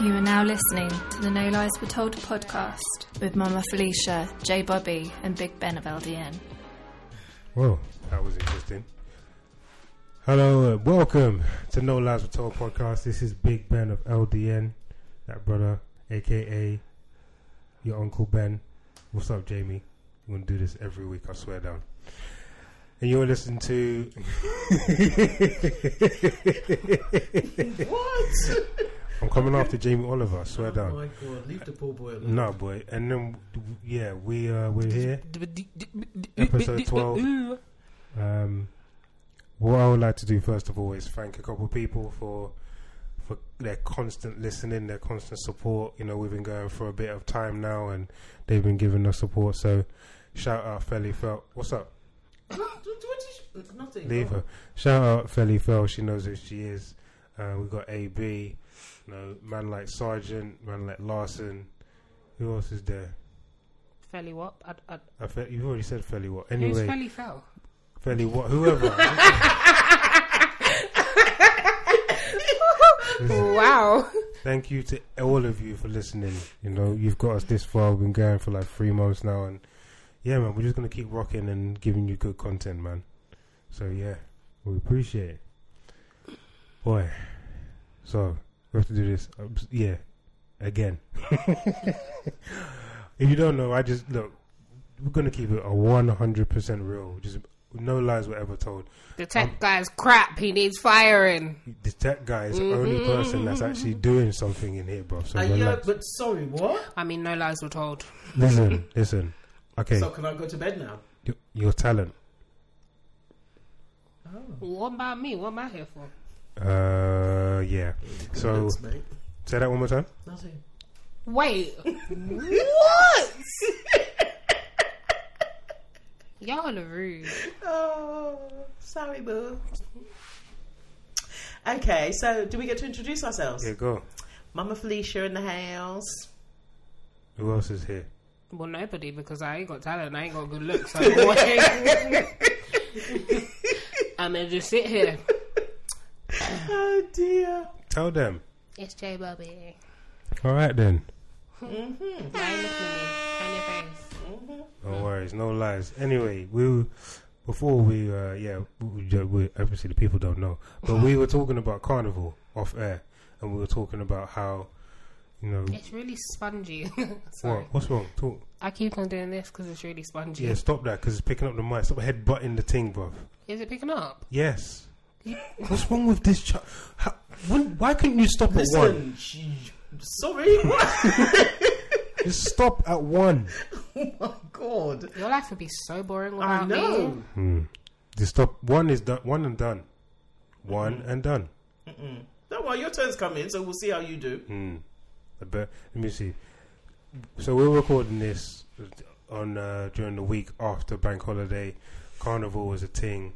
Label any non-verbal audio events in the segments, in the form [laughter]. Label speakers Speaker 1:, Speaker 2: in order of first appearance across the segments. Speaker 1: now listening to the No Lies Were Told podcast with Mama Felicia, J Bobby, and Big Ben of LDN.
Speaker 2: Well, that was interesting. Hello and welcome to No Lies Were Told podcast. This is Big Ben of LDN, that brother, aka your Uncle Ben. What's up, Jamie? We're going to do this every week, I swear down. And you're listening to. [laughs]
Speaker 3: What?
Speaker 2: I'm coming after Jamie Oliver, I swear
Speaker 3: Oh
Speaker 2: down.
Speaker 3: my god, leave the poor boy alone.
Speaker 2: Nah, boy. And then, yeah, we, uh, we're here. Episode 12. Um, what I would like to do first of all is thank a couple of people for for their constant listening, their constant support. You know, we've been going for a bit of time now, and they've been giving us support. So, shout out Felly Felt. What's up?
Speaker 3: What- what is- it's Nothing.
Speaker 2: Leave her. Shout out Felly Felt. She knows who she is. Uh, we got AB. You know, man like Sergeant, man like Larson. Who else is there?
Speaker 4: Fairly what? I, I,
Speaker 2: I fe- you've already said Felly what?
Speaker 4: Who's
Speaker 2: Anyway,
Speaker 4: fairly fell?
Speaker 2: Felly what? Whoever. [laughs]
Speaker 4: wow.
Speaker 2: Thank you to all of you for listening. You know, you've got us this far. We've been going for like three months now, and yeah, man, we're just gonna keep rocking and giving you good content, man. So yeah, we appreciate it, boy. So we have to do this, um, s- yeah, again. [laughs] if you don't know, I just look. We're gonna keep it a one hundred percent real. Just no lies were ever told.
Speaker 4: The tech guy's crap. He needs firing.
Speaker 2: The tech guy is the only person that's actually doing something in here, bro. So
Speaker 3: Uh, yeah,
Speaker 2: relax.
Speaker 3: but sorry, what?
Speaker 4: I mean, no lies were told.
Speaker 2: Listen, listen. Okay,
Speaker 3: So can I go to bed now?
Speaker 2: y- your talent.
Speaker 4: What about me? What am I here for?
Speaker 2: Uh, yeah. So
Speaker 3: Thanks, mate.
Speaker 2: say that one more time.
Speaker 3: Nothing.
Speaker 4: Wait. what? Y'all are rude.
Speaker 3: Oh, sorry, boo. Okay, so do we get to introduce ourselves?
Speaker 2: Yeah, go.
Speaker 3: Mama Felicia in the house.
Speaker 2: Who else is here?
Speaker 4: Well, nobody, because I ain't got talent. I ain't got good looks. So [laughs] what? I'm going to just sit here.
Speaker 3: Oh dear.
Speaker 2: Tell them.
Speaker 4: It's J Bobby.
Speaker 2: All right then.
Speaker 4: Why you looking at me? Turn your face.
Speaker 2: Mm-hmm. No worries, no lies. Anyway, we before we uh yeah we, we- we, obviously the people don't know, but we were talking about carnival off air, and we were talking about how you know
Speaker 4: It's really spongy. [laughs] Sorry.
Speaker 2: what what's wrong. Talk.
Speaker 4: I keep on doing this because it's really spongy.
Speaker 2: Yeah, stop that because it's picking up the mic. Stop headbutting the thing, bruv.
Speaker 4: Is it picking up?
Speaker 2: Yes. [laughs] What's wrong with this child? Why couldn't you stop at one?
Speaker 3: Listen. sh- Sorry, [laughs] what?
Speaker 2: Just stop at one.
Speaker 3: oh my god.
Speaker 4: Your life would be so boring without
Speaker 3: I know.
Speaker 4: me.
Speaker 2: Hmm. Just stop. One is done. One and done. One and done.
Speaker 3: Don't worry, your turn's coming, so we'll see how you do.
Speaker 2: Hmm. I bet. Let me see. So we're recording this on uh, during the week after bank holiday. Carnival was a thing.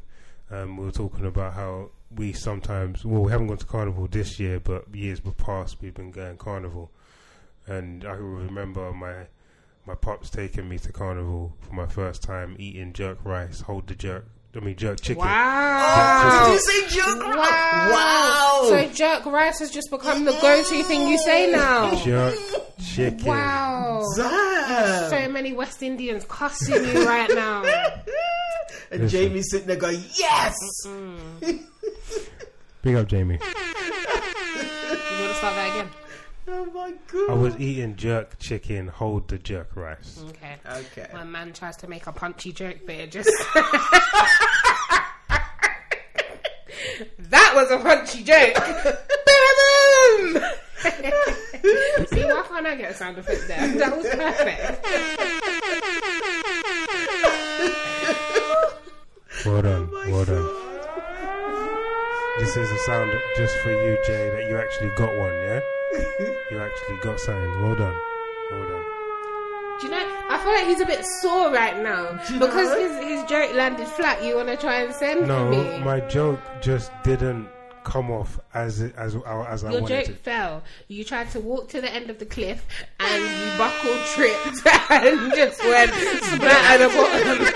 Speaker 2: Um, we were talking about how we sometimes well we haven't gone to carnival this year, but years past we've been going carnival, and I can remember my my pops taking me to carnival for my first time eating jerk rice, hold the jerk. I mean jerk chicken.
Speaker 4: Wow.
Speaker 3: Did you say jerk?
Speaker 4: Wow.
Speaker 3: Wow.
Speaker 4: So jerk rice has just become the go-to thing you
Speaker 2: [laughs]
Speaker 4: say now.
Speaker 2: Jerk chicken.
Speaker 4: Wow.
Speaker 3: Damn.
Speaker 4: So many West Indians cussing you right now.
Speaker 3: [laughs] and Jamie's sitting there going, yes!
Speaker 2: Big up, Jamie.
Speaker 4: You want to start that again?
Speaker 3: Oh my god.
Speaker 2: I was eating jerk chicken, hold the jerk rice.
Speaker 4: Okay.
Speaker 3: okay.
Speaker 4: My man tries to make a punchy joke, but it just. [laughs] that was a punchy joke. Boom! [laughs] See, why can't I get a sound effect there? That was perfect. Mm.
Speaker 2: Well done,
Speaker 4: Oh
Speaker 2: well done. This is a sound just for you, Jay, that you actually got one,
Speaker 4: [laughs]
Speaker 2: yeah? you actually got something. Well done, well done.
Speaker 4: Do you know? I feel like he's a bit sore right now
Speaker 3: you
Speaker 4: because
Speaker 3: know?
Speaker 4: his his joke landed flat. You want to try and send for
Speaker 2: No,
Speaker 4: me?
Speaker 2: my joke just didn't come off as it, as as I
Speaker 4: Your
Speaker 2: wanted
Speaker 4: joke
Speaker 2: to.
Speaker 4: fell. You tried to walk to the end of the cliff and you buckled, tripped, [laughs] and just went splat at the bottom.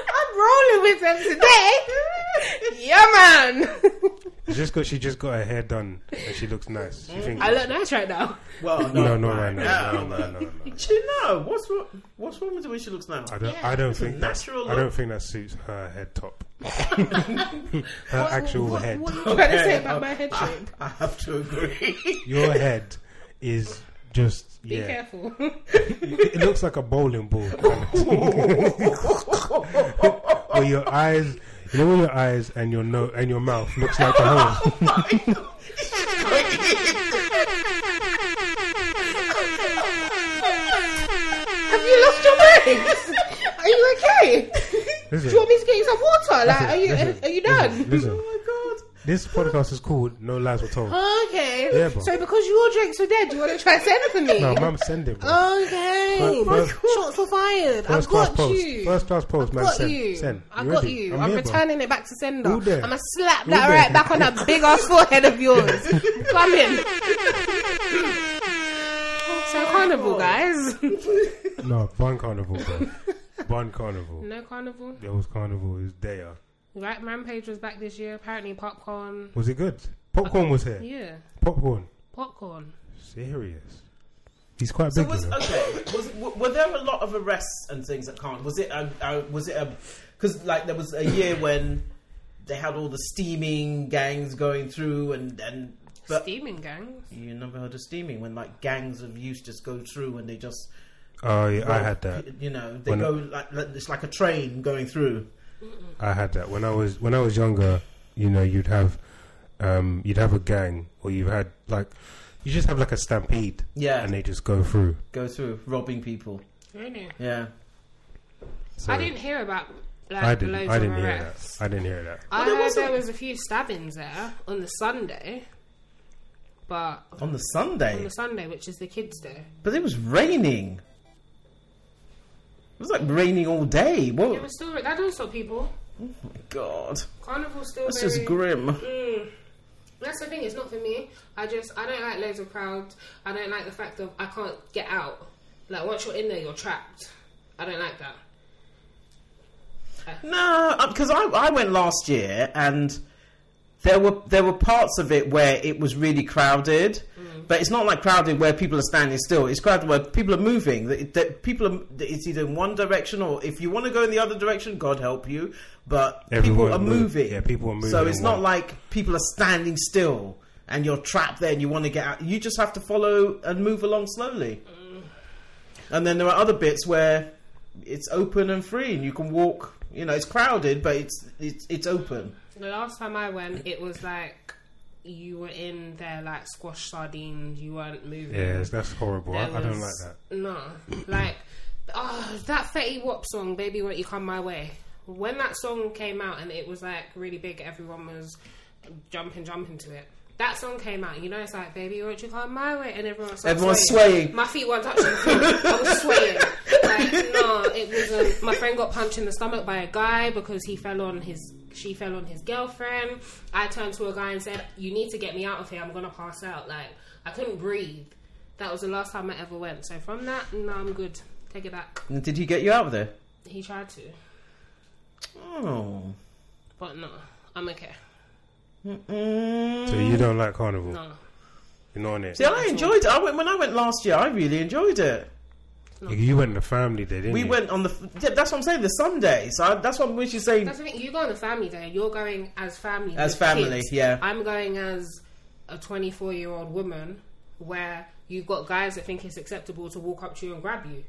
Speaker 4: [laughs] I'm rolling with them today. Yeah, man.
Speaker 2: It's just because she just got her hair done and she looks nice. She thinks,
Speaker 4: Mm. I look nice right now.
Speaker 3: Well,
Speaker 2: no,
Speaker 3: no,
Speaker 2: no, no, no, no, no,
Speaker 3: but-
Speaker 2: no, no.
Speaker 3: She no. What's wrong? What's wrong with the way she looks now?
Speaker 2: I don't.
Speaker 4: Yeah.
Speaker 2: I don't
Speaker 3: It's a
Speaker 2: think that.
Speaker 3: natural
Speaker 2: I
Speaker 3: look.
Speaker 2: don't think that suits her head
Speaker 4: [laughs]
Speaker 2: top. her actual
Speaker 4: what,
Speaker 2: head.
Speaker 4: What are you trying to say
Speaker 3: Okay,
Speaker 4: about
Speaker 3: I-
Speaker 4: my head
Speaker 3: I-
Speaker 4: shape?
Speaker 3: I have to
Speaker 2: [laughs]
Speaker 3: agree.
Speaker 2: Your head is just
Speaker 4: Be
Speaker 2: yeah. [laughs]
Speaker 4: careful.
Speaker 2: It looks like a bowling ball. Where your eyes, you know, when your eyes and your nose and your mouth looks like a hole.
Speaker 4: Have you lost your mind? [laughs] Are you okay?
Speaker 2: Listen.
Speaker 4: Do you want me to get you some water?
Speaker 2: Listen,
Speaker 4: Like, [laughs] are you
Speaker 2: listen,
Speaker 4: are you done?
Speaker 2: listen, listen.
Speaker 3: [laughs] oh
Speaker 2: This podcast is called No Lies Were Told.
Speaker 4: Okay.
Speaker 2: Yeah, bro.
Speaker 4: so because your drinks were dead, you want to try sending for me?
Speaker 2: No, mum, send it. Bro.
Speaker 4: Okay.
Speaker 2: First- first-
Speaker 4: Shots are fired.
Speaker 2: First
Speaker 4: Oh, I've
Speaker 2: class
Speaker 4: got
Speaker 2: post.
Speaker 4: you.
Speaker 2: First class post,
Speaker 4: I've
Speaker 2: man.
Speaker 4: got
Speaker 2: send.
Speaker 4: you.
Speaker 2: Send.
Speaker 4: I've
Speaker 2: You
Speaker 4: got
Speaker 2: ready?
Speaker 4: you.
Speaker 2: I'm
Speaker 4: I'm,
Speaker 2: here, bro.
Speaker 4: returning it back to sender.
Speaker 2: Who there?
Speaker 4: I'm gonna slap
Speaker 2: Who
Speaker 4: that
Speaker 2: there?
Speaker 4: right back on that big ass [laughs] forehead of yours.
Speaker 2: [laughs]
Speaker 4: Come in. So
Speaker 2: [laughs]
Speaker 4: carnival, guys.
Speaker 2: No, Bun Carnival,
Speaker 4: [laughs]
Speaker 2: bro. Bun Carnival.
Speaker 4: no carnival.
Speaker 2: There was Carnival. It was there.
Speaker 4: Right, Rampage was back this year. Apparently, popcorn.
Speaker 2: Was it good? Popcorn was here.
Speaker 4: Yeah,
Speaker 2: Popcorn.
Speaker 4: popcorn.
Speaker 2: Serious. He's quite
Speaker 3: So
Speaker 2: big,
Speaker 3: was
Speaker 2: you know.
Speaker 3: okay. Was w- were there a lot of arrests and things that can't? Was it? A, a, was it a? Because like there was a year when they had all the steaming gangs going through and and but
Speaker 4: Steaming gangs.
Speaker 3: you never heard of steaming when like gangs of youth just go through and they just
Speaker 2: Oh, yeah, I had that.
Speaker 3: you know they
Speaker 2: When-
Speaker 3: go like, like it's like a train going through
Speaker 2: I had that when I was when I was younger. You know, you'd have um, you'd have a gang, or you had like you just have like a stampede,
Speaker 3: yeah
Speaker 2: and they just go through.
Speaker 3: go through robbing people
Speaker 4: Really?
Speaker 3: yeah
Speaker 2: So
Speaker 4: I didn't hear about like
Speaker 2: I didn't.
Speaker 4: loads
Speaker 2: I didn't
Speaker 4: of
Speaker 2: hear
Speaker 4: arrests.
Speaker 2: that. I didn't hear that.
Speaker 4: I
Speaker 3: Well, there
Speaker 4: heard
Speaker 3: wasn't-
Speaker 4: there was a few stabbings there on the Sunday, but
Speaker 3: on the
Speaker 4: on
Speaker 3: Sunday
Speaker 4: the Sunday, which is the kids' day,
Speaker 3: but it was raining it was like raining all day
Speaker 4: it
Speaker 3: what
Speaker 4: was still that don't stop people.
Speaker 3: god
Speaker 4: Carnival still.
Speaker 3: this
Speaker 4: very,
Speaker 3: is grim
Speaker 4: Mm. That's the thing. It's not for me. I just I don't like loads of crowds. I don't like the fact of I can't get out. Like once you're in there, you're trapped. I don't like that.
Speaker 3: No, because I, I went last year and there were there were parts of it where it was really crowded, but it's not like crowded where people are standing still. It's crowded where people are moving. That, that people are it's either in one direction or if you want to go in the other direction, God help you. But
Speaker 2: Everyone
Speaker 3: people are
Speaker 2: move-
Speaker 3: moving.
Speaker 2: yeah, people are moving
Speaker 3: So it's
Speaker 2: and
Speaker 3: not
Speaker 2: wa-
Speaker 3: like people are standing still and you're trapped there and you want to get out. You just have to follow and move along slowly. And then there are other bits where it's open and free, and you can walk. You know, it's crowded, but it's it's it's open.
Speaker 4: The last time I went, it was like you were in there like squash sardines. You weren't moving.
Speaker 2: Yes, that's horrible. I,
Speaker 4: There
Speaker 2: I don't like
Speaker 4: was-
Speaker 2: that.
Speaker 4: No, like oh, that Fetty Wap song, "Baby Won't You Come My Way." When that song came out and it was like really big, everyone was jumping, jumping to it. That song came out, you know, it's like "Baby Won't You Come My Way," and everyone was like,
Speaker 3: Everyone's swaying.
Speaker 4: My feet weren't touching. the floor. I
Speaker 3: [laughs]
Speaker 4: was swaying. Like no, it wasn't. My friend got punched in the stomach by a guy because he fell on his. She fell on his girlfriend. I turned to a guy and said, "You need to get me out of here. I'm gonna pass out." Like I couldn't breathe. That was the last time I ever went. So from that, no, I'm good. Take it back.
Speaker 3: And did he get you out of there?
Speaker 4: He tried to,
Speaker 3: Oh,
Speaker 4: but no, I'm okay.
Speaker 3: Mm-mm.
Speaker 2: So you don't like carnival?
Speaker 4: No,
Speaker 2: You're not on it.
Speaker 3: see, I enjoyed it. I went when I went last year. I really enjoyed it.
Speaker 2: You went in the family day, didn't
Speaker 3: We
Speaker 2: you?
Speaker 3: went on the. yeah, That's what I'm saying. The Sunday. So I, that's what when she's saying.
Speaker 4: that's the thing. You go on a family day. You're going as family.
Speaker 3: As
Speaker 4: with
Speaker 3: family,
Speaker 4: kids.
Speaker 3: yeah.
Speaker 4: I'm going as a 24 year old woman, where you've got guys that think it's acceptable to walk up to you and grab you.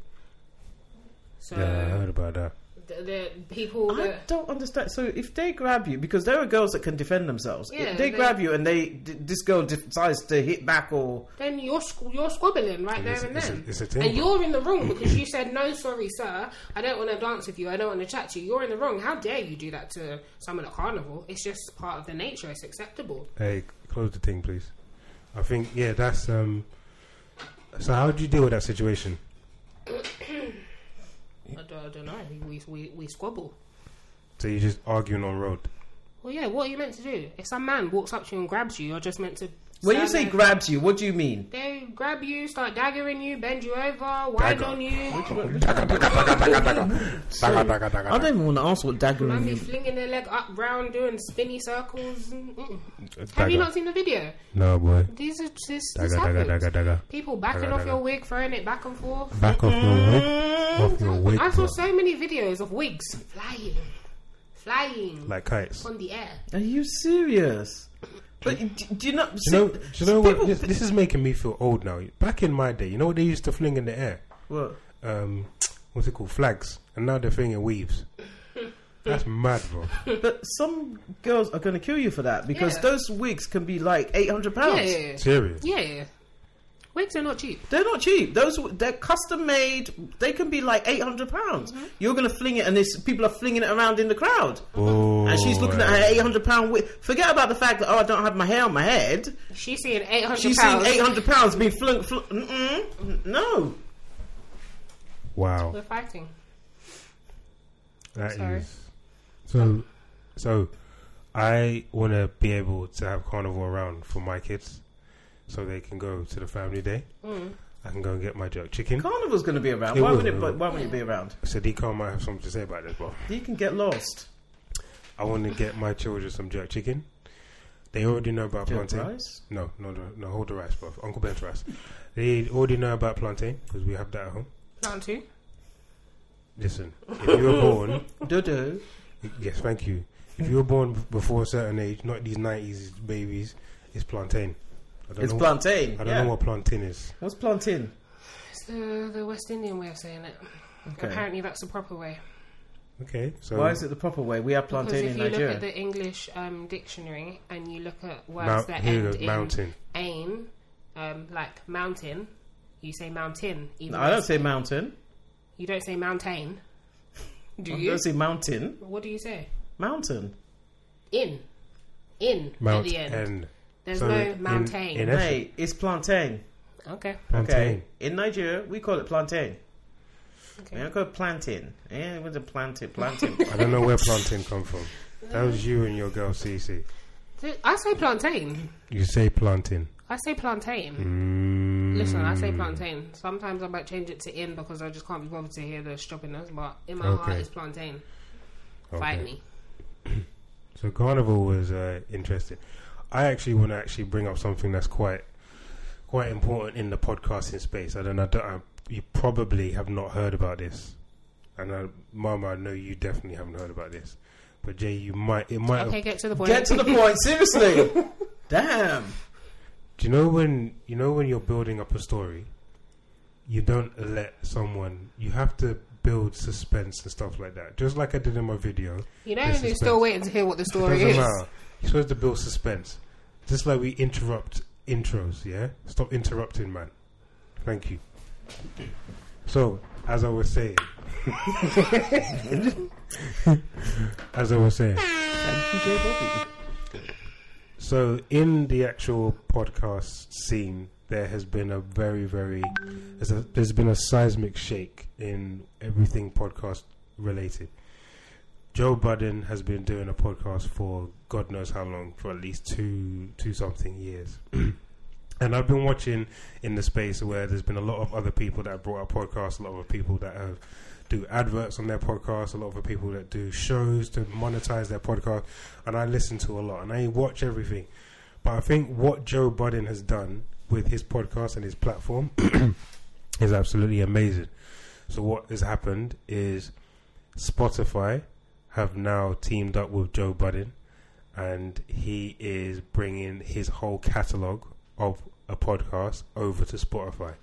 Speaker 4: So
Speaker 2: Yeah, I heard about that.
Speaker 4: the, the people
Speaker 3: I
Speaker 4: that
Speaker 3: don't understand. So if they grab you, because there are girls that can defend themselves.
Speaker 4: Yeah,
Speaker 3: if they,
Speaker 4: they-
Speaker 3: grab you and they d- this girl decides to hit back or
Speaker 4: then you're squ- you're squabbling right there
Speaker 2: It's-
Speaker 4: and
Speaker 2: it's a-
Speaker 4: then,
Speaker 2: it's a thing,
Speaker 4: and
Speaker 2: bro.
Speaker 4: you're in
Speaker 2: [clears throat]
Speaker 4: the wrong because you said no, sorry, sir, I don't want to dance with you, I don't want to chat to you. You're in the wrong. How dare you do that to someone at carnival? It's just part of the nature. It's acceptable.
Speaker 2: Hey, close the thing, please. I think yeah, that's um. So how do you deal with that situation?
Speaker 4: I don't, I don't know. We, we we squabble.
Speaker 2: So you're just arguing on road.
Speaker 4: Well, yeah. What are you meant to do? If some man walks up to you and grabs you, you're just meant to.
Speaker 3: when you
Speaker 4: stand
Speaker 3: say
Speaker 4: there.
Speaker 3: grabs you, what do you mean?
Speaker 4: they grab you, start daggering you, bend you over, wind
Speaker 2: Dagger.
Speaker 4: on you,
Speaker 3: I don't even want to ask what
Speaker 4: man be
Speaker 3: daggering is.
Speaker 4: flinging their leg up, round, doing spinny circles. Mm-mm. Have you not seen the video?
Speaker 2: No, boy.
Speaker 4: These are this, this
Speaker 2: Dagger, dagger,
Speaker 4: happens.
Speaker 2: dagger, dagger.
Speaker 4: People backing
Speaker 2: Dagger,
Speaker 4: off
Speaker 2: dagger.
Speaker 4: your wig, throwing it back and forth.
Speaker 2: Back off your wig. Off your wig.
Speaker 4: I saw
Speaker 2: bro.
Speaker 4: so many videos of wigs flying, flying
Speaker 2: Like kites.
Speaker 4: on the air.
Speaker 3: Are you serious? But do, do you not?
Speaker 2: Do you know, do you know what?
Speaker 3: [laughs]
Speaker 2: This, this is making me feel old now. Back in my day, you know what they used to fling in the air?
Speaker 3: What?
Speaker 2: Um, what's it called? Flags. And now they're flinging weaves. That's mad, bro.
Speaker 3: But some girls are going to kill you for that because
Speaker 4: Yeah.
Speaker 3: those wigs can be like eight hundred
Speaker 2: Oh.
Speaker 4: Yeah,
Speaker 3: pounds.
Speaker 4: yeah,
Speaker 2: Serious.
Speaker 4: yeah. yeah. Wigs are not cheap.
Speaker 3: They're not cheap. Those they're custom made. They can be like eight hundred pounds.
Speaker 2: Mm-hmm.
Speaker 3: You're going to fling it, and this people are flinging it around in the crowd.
Speaker 2: Oh,
Speaker 3: And she's looking at her eight hundred pound wig. Forget about the fact that oh, I don't have my hair on my head.
Speaker 4: She's seeing eight hundred.
Speaker 3: She's seen eight hundred pounds being flung. Fl- mm-mm. no,
Speaker 2: Wow.
Speaker 4: We're fighting.
Speaker 2: that is.
Speaker 4: Sorry.
Speaker 2: So, so I want to be able to have carnival around for my kids so they can go to the family day. I can go and get my jerk chicken.
Speaker 3: Carnival's going to be around.
Speaker 2: It
Speaker 3: why
Speaker 2: will,
Speaker 3: would it?
Speaker 2: it
Speaker 3: Why
Speaker 2: will.
Speaker 3: wouldn't it be around?
Speaker 2: So Deacon might have something to say about this, bro.
Speaker 3: You can get lost.
Speaker 2: I want to get my children some jerk chicken. They already know about
Speaker 3: Jerk
Speaker 2: plantain.
Speaker 3: rice?
Speaker 2: No, no, no, no. Hold the rice, bro. Uncle Ben's rice. They already know about plantain because we have that at home.
Speaker 4: Round two.
Speaker 2: Listen, if you were born,
Speaker 3: [laughs] Dodo.
Speaker 2: yes, thank you. If you were born b- before a certain age, not these nineties babies, it's plantain. I don't
Speaker 3: It's
Speaker 2: know-
Speaker 3: plantain.
Speaker 2: I don't
Speaker 3: yeah.
Speaker 2: know what plantain is.
Speaker 3: What's plantain?
Speaker 4: It's the the West Indian way of saying it.
Speaker 3: Okay.
Speaker 4: Apparently, that's the proper way.
Speaker 2: Okay, so
Speaker 3: Why is it the proper way? We have
Speaker 4: Because
Speaker 3: plantain
Speaker 4: if
Speaker 3: in
Speaker 4: you
Speaker 3: Nigeria.
Speaker 4: look at the English um, dictionary and you look at words
Speaker 2: Mount,
Speaker 4: that
Speaker 2: here
Speaker 4: end
Speaker 2: it goes,
Speaker 4: in
Speaker 2: mountain.
Speaker 4: ain, um, like mountain, you say mountain. Even
Speaker 3: No, I
Speaker 4: though
Speaker 3: don't say mountain.
Speaker 4: you don't say mountain. Do
Speaker 3: I
Speaker 4: you?
Speaker 3: don't say mountain.
Speaker 4: what do you say?
Speaker 3: Mountain.
Speaker 4: In, in at
Speaker 2: Mount
Speaker 4: the end.
Speaker 2: and
Speaker 4: There's
Speaker 2: so
Speaker 4: no
Speaker 2: in-
Speaker 4: mountain.
Speaker 2: in-
Speaker 3: Hey, it's plantain.
Speaker 4: okay.
Speaker 2: plantain.
Speaker 3: Okay. In Nigeria, we call it plantain.
Speaker 4: Okay.
Speaker 3: We don't call it plantain. Yeah, with a plantain,
Speaker 4: [laughs]
Speaker 3: plantain.
Speaker 2: I don't know where plantain come from. That was you and your girl Cece.
Speaker 4: So I say plantain.
Speaker 2: You say plantain.
Speaker 4: I say plantain.
Speaker 2: Mm.
Speaker 4: Listen, I say plantain. Sometimes I might change it to in because I just can't be bothered to hear the shoppiness, but in my heart
Speaker 2: Okay.
Speaker 4: it's plantain.
Speaker 2: Mm, Okay.
Speaker 4: Fight me.
Speaker 2: So carnival was uh, interesting. I actually want to actually bring up something that's quite quite important in the podcasting space. I don't know. I don't- I- you probably have not heard about this, and I, Mama, I know you definitely haven't heard about this. But Jay, you might. It might.
Speaker 4: Okay, get to the point.
Speaker 3: Get to the point, seriously.
Speaker 4: [laughs]
Speaker 3: Damn.
Speaker 2: Do you know when you know when you're building up a story, you don't let someone. You have to build suspense and stuff like that. Just like I did in my video.
Speaker 4: you know
Speaker 2: This
Speaker 4: who's
Speaker 2: is
Speaker 4: still
Speaker 2: bad.
Speaker 4: waiting to hear what the story
Speaker 2: Doesn't
Speaker 4: is?
Speaker 2: matter. You're supposed to build suspense. Just like we interrupt intros, yeah? Stop interrupting, man. Thank you. So, as I was saying, [laughs] as I was saying,
Speaker 3: Thank you, J. Bobby.
Speaker 2: so in the actual podcast scene, there has been a very, very, there's, a, there's been a seismic shake in everything podcast related. Joe Budden has been doing a podcast for God knows how long, for at least two, two something years. [clears throat] and I've been watching in the space where there's been a lot of other people that have brought up podcasts, a lot of people that have do adverts on their podcasts, a lot of people that do shows to monetize their podcast and I listen to a lot and I watch everything. But I think what Joe Budden has done with his podcast and his platform [clears throat] is absolutely amazing. So what has happened is Spotify have now teamed up with Joe Budden and he is bringing his whole catalog of a podcast over to Spotify.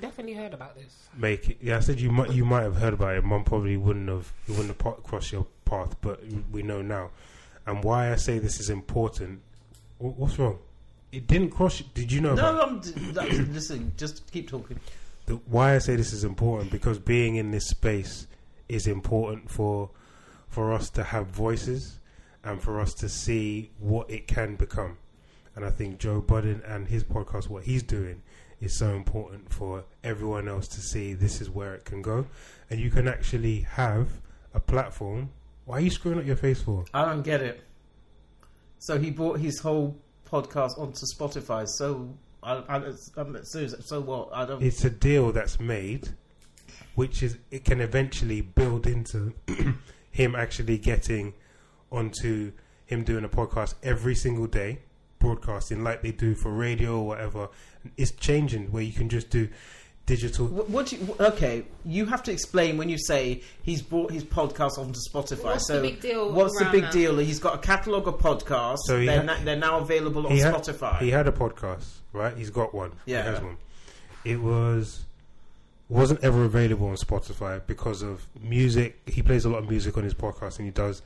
Speaker 4: Definitely heard about this.
Speaker 2: Make it, yeah, I said you might you might have heard about it. Mum probably wouldn't have it wouldn't have po- crossed your path, but we know now. And why I say this is important. wh- What's wrong? It didn't cross. you- Did you know? about
Speaker 3: No,
Speaker 2: it?
Speaker 3: I'm, that's, listen, just keep talking.
Speaker 2: the, why I say this is important because being in this space is important for for us to have voices and for us to see what it can become. And I think Joe Budden and his podcast, what he's doing, is so important for everyone else to see this is where it can go. And you can actually have a platform. Why are you screwing up your face for?
Speaker 3: I don't get it. So he brought his whole podcast onto Spotify. So I, I, I'm serious. So what? I don't.
Speaker 2: It's a deal that's made, which is it can eventually build into [clears throat] him actually getting onto him doing a podcast every single day, broadcasting like they do for radio or whatever. It's changing where you can just do digital.
Speaker 3: Wh- What do you, wh- okay, you have to explain when you say he's brought his podcast onto Spotify.
Speaker 4: What's the
Speaker 3: so
Speaker 4: big deal
Speaker 3: What's the
Speaker 4: around
Speaker 3: big
Speaker 4: that?
Speaker 3: deal? He's got a catalogue of podcasts.
Speaker 2: So he
Speaker 3: they're,
Speaker 2: ha-
Speaker 3: na- they're now available on
Speaker 2: He had-
Speaker 3: Spotify.
Speaker 2: He had a podcast, right? He's got one.
Speaker 3: Yeah.
Speaker 2: he has one. It was wasn't ever available on Spotify because of music. He plays a lot of music on his podcast, and he does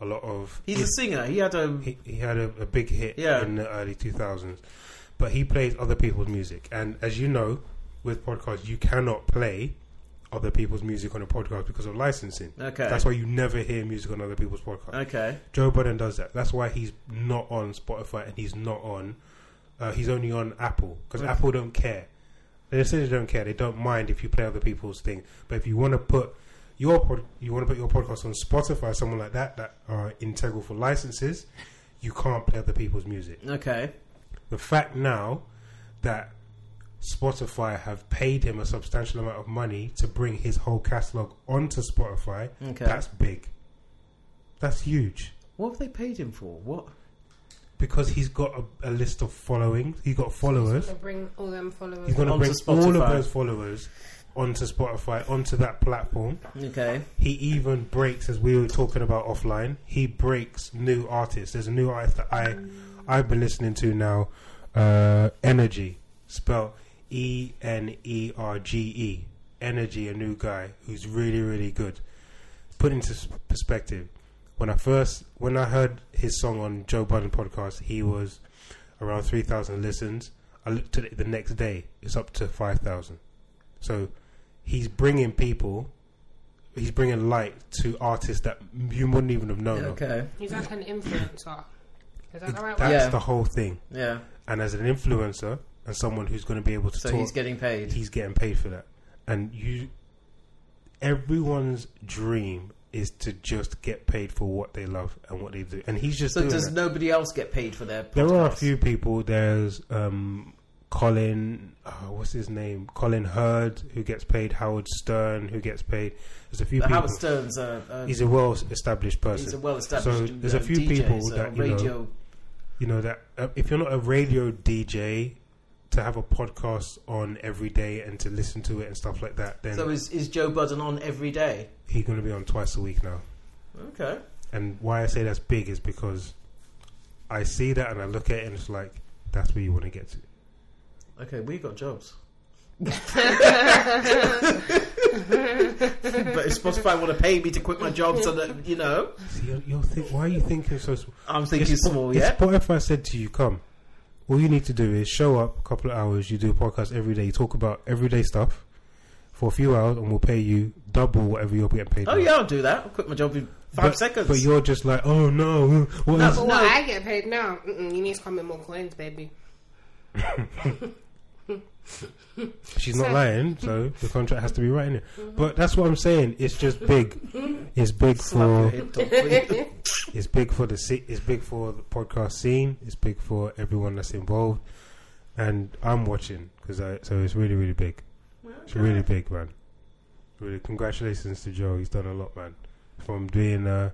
Speaker 2: a lot of.
Speaker 3: he's a singer. He had a
Speaker 2: he, he had a, a big hit
Speaker 3: Yeah.
Speaker 2: in the early 2000s but he plays other people's music and as you know with podcasts you cannot play other people's music on a podcast because of licensing
Speaker 3: okay.
Speaker 2: that's why you never hear music on other people's podcasts
Speaker 3: okay.
Speaker 2: joe budden does that that's why he's not on spotify and he's not on uh, he's only on apple because
Speaker 3: Right.
Speaker 2: apple don't care they essentially don't care they don't mind if you play other people's thing but if you want to put your pod, you want to put your podcast on spotify someone like that that are integral for licenses you can't play other people's music
Speaker 3: Okay.
Speaker 2: the fact now that Spotify have paid him a substantial amount of money to bring his whole catalog onto Spotify,
Speaker 3: Okay.
Speaker 2: that's big. That's huge
Speaker 3: what have they paid him for? What?
Speaker 2: because he's got a, a list of following. He's got followers.
Speaker 4: To bring all them followers.
Speaker 2: He's going to
Speaker 3: Onto
Speaker 2: bring all
Speaker 3: Spotify.
Speaker 2: of those followers onto Spotify, onto that platform.
Speaker 3: Okay.
Speaker 2: He even breaks, as we were talking about offline, he breaks new artists. There's a new artist that I, I've been listening to now, uh, Energy, spelled E N E R G E. Energy, a new guy who's really, really good. Put into s- perspective, when I first, when I heard his song on Joe Budden podcast, he was around 3,000 listens. I looked at it the next day, it's up to 5,000. So he's bringing people he's bringing light to artists that you wouldn't even have known of.
Speaker 3: Okay.
Speaker 4: He's like an influencer. Is that the right
Speaker 2: That's
Speaker 4: word?
Speaker 3: Yeah.
Speaker 2: the whole thing.
Speaker 3: Yeah.
Speaker 2: And as an influencer and someone who's going to be able to
Speaker 3: So
Speaker 2: talk,
Speaker 3: he's getting paid.
Speaker 2: he's getting paid for that. And you, everyone's dream is to just get paid for what they love and what they do. And he's just
Speaker 3: So
Speaker 2: doing
Speaker 3: does
Speaker 2: that.
Speaker 3: nobody else get paid for their? Podcast?
Speaker 2: There are a few people. There's um, Colin, uh, what's his name? Colin Hurd, who gets paid. Howard Stern, who gets paid. There's a few
Speaker 3: But
Speaker 2: people.
Speaker 3: Howard Stern's a, a
Speaker 2: he's a well-established person.
Speaker 3: he's a well-established.
Speaker 2: So there's a
Speaker 3: uh,
Speaker 2: few
Speaker 3: DJ,
Speaker 2: people
Speaker 3: so
Speaker 2: that, you know,
Speaker 3: radio.
Speaker 2: you know that uh, if you're not a radio DJ to have a podcast on every day and to listen to it and stuff like that, then
Speaker 3: so is is Joe Budden on every day?
Speaker 2: he's going to be on twice a week now.
Speaker 3: Okay.
Speaker 2: And why I say that's big is because I see that and I look at it and it's like that's where you want to get to.
Speaker 3: Okay, we got jobs. [laughs] but if Spotify want to pay me to quit my job so that, you know,
Speaker 2: See, you're, you're think, why are you thinking so? sm-
Speaker 3: I'm thinking
Speaker 2: If Spo-
Speaker 3: small,
Speaker 2: if
Speaker 3: yeah?
Speaker 2: Spotify said to you, "Come," all you need to do is show up a couple of hours. You do a podcast every day. You talk about everyday stuff for a few hours, and we'll pay you double whatever you're getting paid.
Speaker 3: Oh,
Speaker 2: now.
Speaker 3: yeah, I'll do that. I'll quit my job in five
Speaker 2: but,
Speaker 3: seconds.
Speaker 2: But you're just like, oh no, what
Speaker 3: No,
Speaker 2: is-
Speaker 4: But
Speaker 3: No.
Speaker 4: what I get paid now, mm-mm, you need to come in more coins, baby.
Speaker 2: she's not lying, so the contract has to be right in it. But that's what I'm saying. It's just big. It's big
Speaker 3: Slap your
Speaker 2: for
Speaker 3: head, dog, will you?
Speaker 2: it's big for the se- it's big for the podcast scene. It's big for everyone that's involved. And I'm watching because I so it's really really big. It's really big, man. Really, congratulations to Joe. He's done a lot, man. From being a,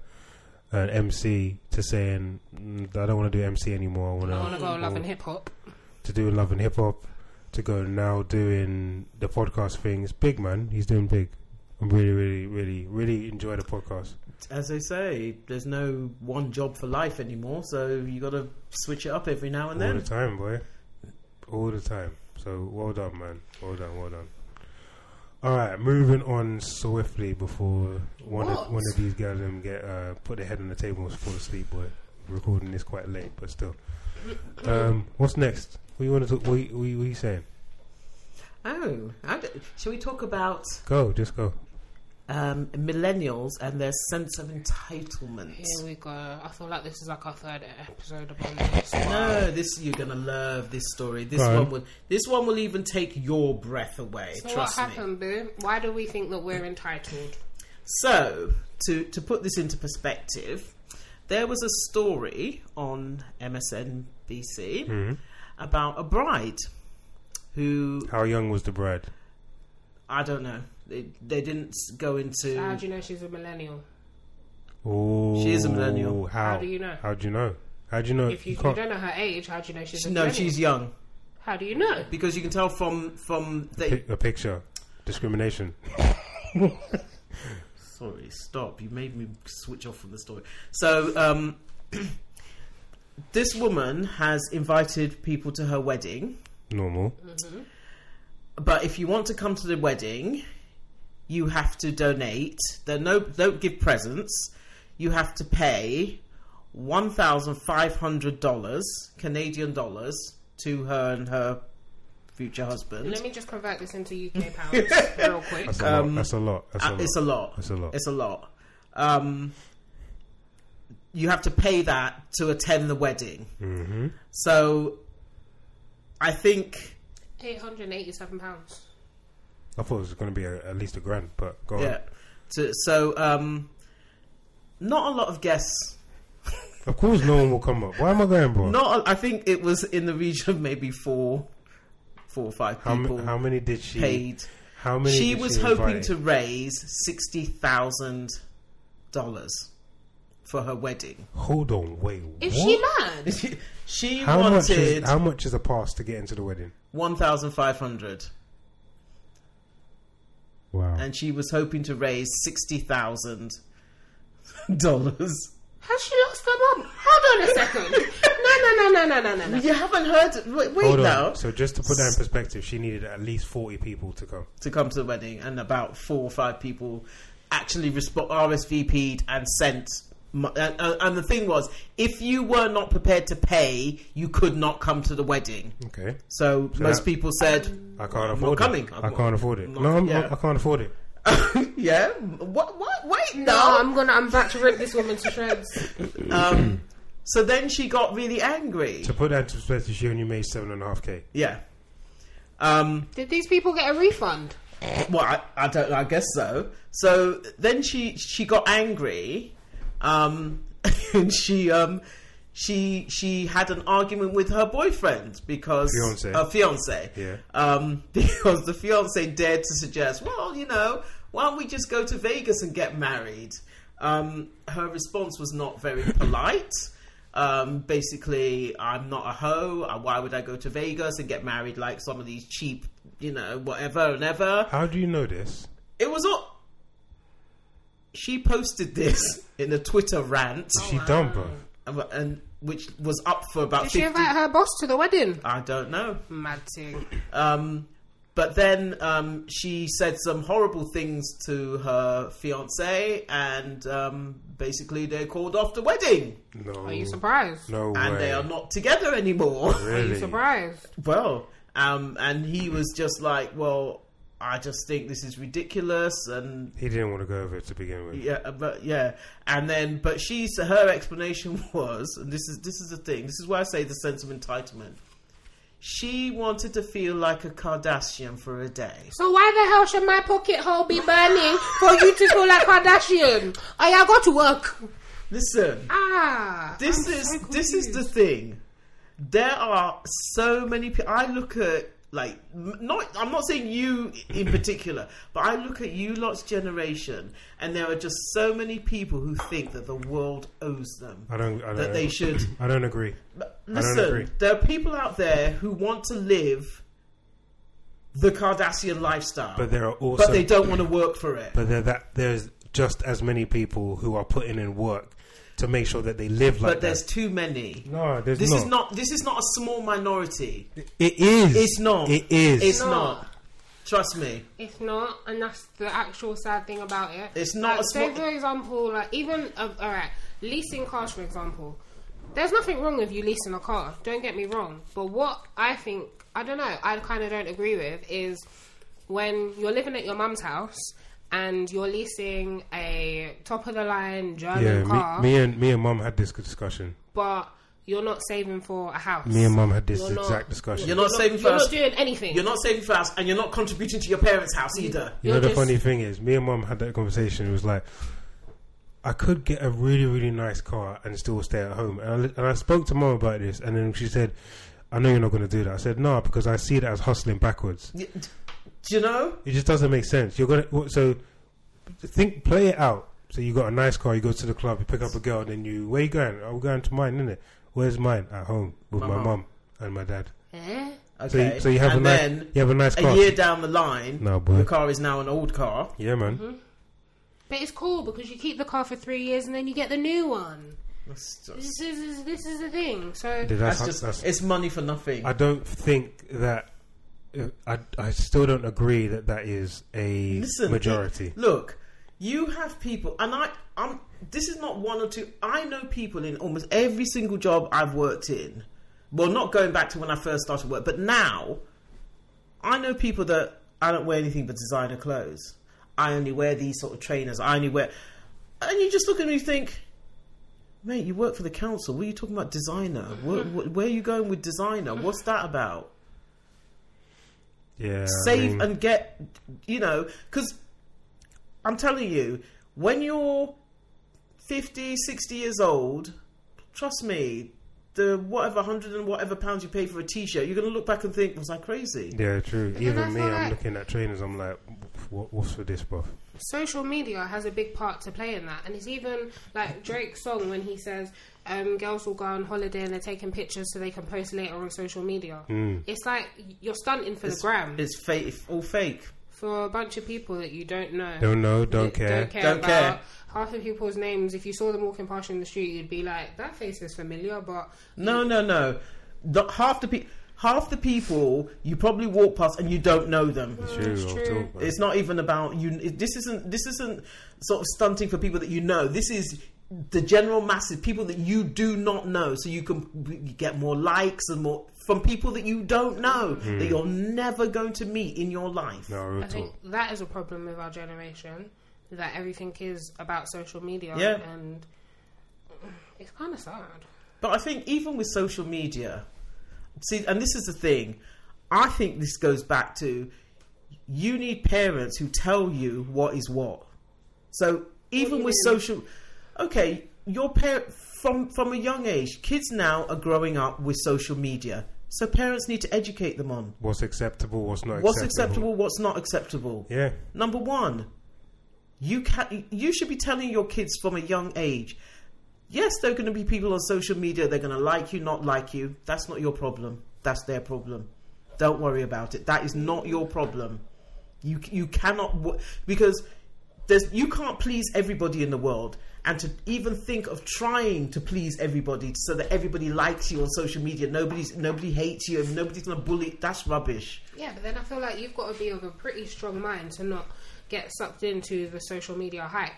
Speaker 2: an MC to saying "Mm, I don't want to do MC anymore. I want
Speaker 4: I want to go
Speaker 2: to
Speaker 4: love and hip hop.
Speaker 2: to doing love and hip hop, to go now doing the podcast thing. It's big, man. He's doing big. I'm really, really, really, really enjoy the podcast.
Speaker 3: [laughs] As they say, there's no one job for life anymore, so you got to switch it up every now and
Speaker 2: All the
Speaker 3: then.
Speaker 2: time, boy. All the time. So well done, man. Well done, well done. All right, moving on swiftly before one
Speaker 4: What?
Speaker 2: of, one of these guys them get uh, put their head on the table and fall asleep. Boy, recording this quite late, but still. Um, what's next? What you want to talk? What, you- what, you- what you saying?
Speaker 3: Oh, I d- shall we talk about
Speaker 2: Go, just go.
Speaker 3: um, millennials and their sense of entitlement?
Speaker 4: Here we go. I feel like this is like our third episode of this.
Speaker 3: No, this you're gonna love this story. This
Speaker 2: Right.
Speaker 3: one will this one will even take your breath away.
Speaker 4: So what
Speaker 3: trust me.
Speaker 4: happened, boo? Why do we think that we're entitled?
Speaker 3: So to to put this into perspective, there was a
Speaker 2: Hmm.
Speaker 3: story on MSNBC about a bride who
Speaker 2: How young was the bride?
Speaker 3: I don't know. They, they didn't s- go into.
Speaker 4: How do you know she's a millennial?
Speaker 2: Oh,
Speaker 3: She is a millennial.
Speaker 2: How?
Speaker 4: How do you know?
Speaker 2: How do you know? How do you know?
Speaker 4: If you,
Speaker 2: You
Speaker 4: you
Speaker 2: can't-
Speaker 4: don't know her age, how do you know she's a
Speaker 3: no,
Speaker 4: millennial?
Speaker 3: she's young
Speaker 4: How do you know?
Speaker 3: because you can tell from from they.
Speaker 2: Pic- a picture. Discrimination.
Speaker 3: Sorry, stop. You made me switch off from the story. So, um, [clears throat] this woman has invited people to her wedding,
Speaker 2: Normal.
Speaker 3: but if you want to come to the wedding, you have to donate. There no don't give presents. You have to pay one thousand five hundred dollars Canadian dollars to her and her future husband.
Speaker 4: Let me just convert this into
Speaker 3: [laughs]
Speaker 4: UK pounds real quick.
Speaker 2: That's a lot. That's a lot. That's a
Speaker 3: Uh,
Speaker 2: lot.
Speaker 3: it's a lot.
Speaker 2: It's a lot.
Speaker 3: It's a lot. Um, you have to pay that to attend the wedding.
Speaker 2: hmm
Speaker 3: So, I think
Speaker 4: Eight hundred eighty-seven pounds.
Speaker 2: I thought it was going to be a, at least a grand, but go
Speaker 3: yeah.
Speaker 2: on.
Speaker 3: To, so, um, not a lot of guests.
Speaker 2: Of course, no one will come up. Why am I going, bro?
Speaker 3: Not. A, I think it was in the region of maybe four, four or five
Speaker 2: how,
Speaker 3: people
Speaker 2: m- how many did she?
Speaker 3: paid.
Speaker 2: How many?
Speaker 3: She
Speaker 2: did
Speaker 3: was
Speaker 2: she
Speaker 3: hoping
Speaker 2: invite?
Speaker 3: to raise sixty thousand dollars for her wedding. [laughs]
Speaker 2: Hold on, wait.
Speaker 4: Is
Speaker 2: what?
Speaker 4: she mad?
Speaker 3: she
Speaker 2: How
Speaker 3: wanted
Speaker 2: much is how much is a pass to get into the wedding?
Speaker 3: 1,500.
Speaker 2: Wow.
Speaker 3: And she was hoping to raise $60,000. [laughs] dollars.
Speaker 4: Has she lost her mum? Hold on a second. No, no, no, no, no, no, no, no.
Speaker 3: You haven't heard. Wait, wait
Speaker 2: Hold on.
Speaker 3: now.
Speaker 2: So just to put that in perspective, she needed at least forty people to come.
Speaker 3: To come to the wedding, and about four or five people actually resp- RSVP'd and sent. mo- And, and and the thing was, if you were not prepared to pay, you could not come to the wedding.
Speaker 2: Okay.
Speaker 3: So, most
Speaker 2: that-
Speaker 3: people said, [laughs]
Speaker 2: I can't
Speaker 3: I'm
Speaker 2: afford
Speaker 3: not coming.
Speaker 2: it.
Speaker 3: I'm
Speaker 2: I
Speaker 3: not-
Speaker 2: can't afford it.
Speaker 3: not-
Speaker 2: no, I'm,
Speaker 3: yeah.
Speaker 2: I can't afford it.
Speaker 3: "Yeah, what? What? Wait,
Speaker 4: No,
Speaker 3: no,
Speaker 4: I'm gonna. I'm about to rip this woman to shreds.
Speaker 3: Um, so then she got really angry.
Speaker 2: To put that into perspective, she only made seven and a half k.
Speaker 3: Yeah. Um,
Speaker 4: Did these people get a refund?
Speaker 3: well, I, I don't. I guess so. So then she she got angry, um, [laughs] and she um, she she had an argument with her boyfriend because
Speaker 2: Fiance.
Speaker 3: her fiance.
Speaker 2: Yeah.
Speaker 3: Um, [laughs] because the fiance dared to suggest, well, you know, why don't we just go to Vegas and get married? Um, her response was not very polite. Um, basically, I'm not a hoe. Uh, Why would I go to Vegas and get married like some of these cheap, you know, whatever and ever?
Speaker 2: How do you know this?
Speaker 3: It was all. She posted this [laughs] in a Twitter rant,
Speaker 4: Oh,
Speaker 2: Is she dumb, bro?
Speaker 3: and, and which was up for about
Speaker 4: Did she
Speaker 3: 50.
Speaker 4: invite her boss to the wedding?
Speaker 3: I don't know.
Speaker 4: Mad thing.
Speaker 3: Um, but then um, she said some horrible things to her fiance, and um, basically they called off the wedding,
Speaker 2: No.
Speaker 4: Are
Speaker 3: Oh,
Speaker 4: you surprised?
Speaker 2: No way.
Speaker 3: and they are not together anymore. [laughs]
Speaker 4: Are you
Speaker 2: Really?
Speaker 4: surprised?
Speaker 3: well, um, and he was just like, "Well, I just think this is ridiculous," and
Speaker 2: He didn't want to go over it to begin with.
Speaker 3: yeah, uh, but yeah, and then but she her explanation [laughs] was, and this is this is the thing. This is why I say the sense of entitlement. She wanted to feel like a Kardashian for a day.
Speaker 4: So why the hell should my pocket hole be burning for you to feel like Kardashian? I I got to work.
Speaker 3: Listen,
Speaker 4: Ah,
Speaker 3: this
Speaker 4: I'm
Speaker 3: is
Speaker 4: so
Speaker 3: this is the
Speaker 4: confused.
Speaker 3: thing. There are so many people. I look at like m- not. I'm not saying you in particular, but I look at you lot's generation, and there are just so many people who think that the world owes them.
Speaker 2: I don't. I don't.
Speaker 3: That they should
Speaker 2: I don't agree. agree.
Speaker 3: listen. There are people out there who want to live the Kardashian lifestyle,
Speaker 2: But there are also.
Speaker 3: but they don't want to work for it.
Speaker 2: But there that there's just as many people who are putting in work to make sure that they live like
Speaker 3: But there's
Speaker 2: that.
Speaker 3: too many.
Speaker 2: No, there's
Speaker 3: This
Speaker 2: not.
Speaker 3: is not. This is not a small minority.
Speaker 2: It is.
Speaker 3: It's not.
Speaker 2: It is.
Speaker 3: It's
Speaker 4: No.
Speaker 3: not. Trust me.
Speaker 4: It's not, and that's the actual sad thing about it.
Speaker 3: It's not
Speaker 4: Like,
Speaker 3: a small-
Speaker 4: say, for example, like even uh, all right, leasing cars, for example. There's nothing wrong with you leasing a car. Don't get me wrong. But what I think, I don't know, I kind of don't agree with is when you're living at your mum's house and you're leasing a top of the line German
Speaker 2: yeah,
Speaker 4: car,
Speaker 2: me, me and me and mum had this discussion.
Speaker 4: but you're not saving for a house.
Speaker 2: Me and mum had this
Speaker 4: You're not-
Speaker 2: exact discussion.
Speaker 3: You're not saving for
Speaker 4: You're
Speaker 3: us.
Speaker 4: not doing anything.
Speaker 3: You're not saving for us, and you're not contributing to your parents' house either.
Speaker 2: You know
Speaker 4: You're
Speaker 2: the
Speaker 4: just-
Speaker 2: funny thing is, me and mum had that conversation. It was like, I could get a really really nice car and still stay at home. And I, li- and I spoke to mum about this, and then she said, I know you're not going to do that. I said, no, because I see that as hustling backwards.
Speaker 3: Y- d- Do you know?
Speaker 2: It just doesn't make sense. You're gonna so think, play it out. So you got a nice car. You go to the club. You pick up a girl. Then you where you going? I'm going to mine, innit? Where's mine? At home with my
Speaker 3: Uh-huh.
Speaker 2: mum and my dad.
Speaker 4: Eh?
Speaker 2: So
Speaker 3: Okay.
Speaker 2: you, so you have
Speaker 3: and
Speaker 2: a nice
Speaker 3: then
Speaker 2: you have a nice car.
Speaker 3: a year down the line,
Speaker 2: No, boy.
Speaker 3: the car is now an old car.
Speaker 2: Yeah, man.
Speaker 4: But it's cool because you keep the car for three years and then you get the new one.
Speaker 3: That's just,
Speaker 4: This is this is the thing. So
Speaker 2: Dude, that's,
Speaker 3: that's just
Speaker 2: that's-
Speaker 3: it's money for nothing.
Speaker 2: I don't think that. uh, I, I still don't agree that that is a
Speaker 3: Listen,
Speaker 2: majority.
Speaker 3: Look, you have people, and I, I'm. This is not one or two. I know people in almost every single job I've worked in. Well, not going back to when I first started work, but now, I know people that I don't wear anything but designer clothes. I only wear these sort of trainers. I only wear, and you just look at me and think. Mate, you work for the council. What are you talking about, designer? Where, where are you going with designer? What's that about?
Speaker 2: yeah, I
Speaker 3: save
Speaker 2: mean,
Speaker 3: and get you know because i'm telling you when you're 50 60 years old trust me the whatever 100 and whatever pounds you pay for a t-shirt you're going to look back and think was i crazy
Speaker 2: yeah, true.
Speaker 4: that's
Speaker 2: Even me,
Speaker 4: all
Speaker 2: I'm
Speaker 4: right.
Speaker 2: looking at trainers. I'm like, what, what's for this, buff?
Speaker 4: social media has a big part to play in that and it's even like drake's song when he says um, girls will go on holiday and they're taking pictures so they can post later on social media it's like you're stunting for the gram
Speaker 3: it's fake all fake
Speaker 4: for a bunch of people that you don't know
Speaker 2: Don't know, don't
Speaker 4: that
Speaker 2: care.
Speaker 4: don't care
Speaker 3: Don't
Speaker 4: about
Speaker 3: care.
Speaker 4: half the people's names if you saw them walking past you in the street you'd be like that face is familiar but
Speaker 3: no no no the, half the people half the people you probably walk past and you don't know them
Speaker 2: True,
Speaker 4: It's
Speaker 2: I'll
Speaker 4: true.
Speaker 2: talk, man.
Speaker 3: It's not even about you. it- This isn't this isn't sort of stunting for people that you know. This is the general masses, people that you do not know, so you can b- get more likes and more from people that you don't know that you're never going to meet in your life.
Speaker 2: no real
Speaker 4: i think
Speaker 2: talk.
Speaker 4: that is a problem with our generation that everything is about social media
Speaker 3: Yeah.
Speaker 4: and it's kind of sad
Speaker 3: But I think even with social media, see, and this is the thing, I think this goes back to you need parents who tell you what is what. So even
Speaker 4: you
Speaker 3: with
Speaker 4: mean?
Speaker 3: social, okay, your parent from from a young age, kids now are growing up with social media. So parents need to educate them on
Speaker 2: What's acceptable? What's not
Speaker 3: what's
Speaker 2: acceptable?
Speaker 3: acceptable, what's not acceptable.
Speaker 2: Yeah,
Speaker 3: Number one, you can you should be telling your kids from a young age. Yes, there are going to be people on social media. They're going to like you, not like you. That's not your problem. That's their problem. Don't worry about it. That is not your problem. You you cannot w- because there's you can't please everybody in the world. And to even think of trying to please everybody so that everybody likes you on social media, nobody's nobody hates you, and nobody's going to bully. That's rubbish.
Speaker 4: Yeah, but then I feel like you've got to be of a pretty strong mind to not get sucked into the social media hype.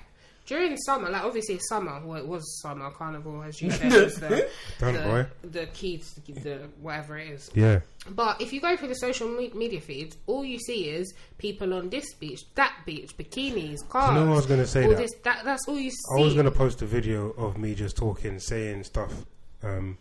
Speaker 4: During summer, like obviously it's summer, well it was summer, carnival, as you said, was the,
Speaker 2: [laughs] Don't worry.
Speaker 4: the, the key to the whatever it is.
Speaker 2: yeah.
Speaker 4: But if you go through the social me- media feeds, all you see is people on this beach, that beach, bikinis, cars.
Speaker 2: I was gonna say
Speaker 4: all
Speaker 2: that.
Speaker 4: This, that. That's all you
Speaker 2: I
Speaker 4: see.
Speaker 2: was gonna post a video of me just talking, saying stuff. Um,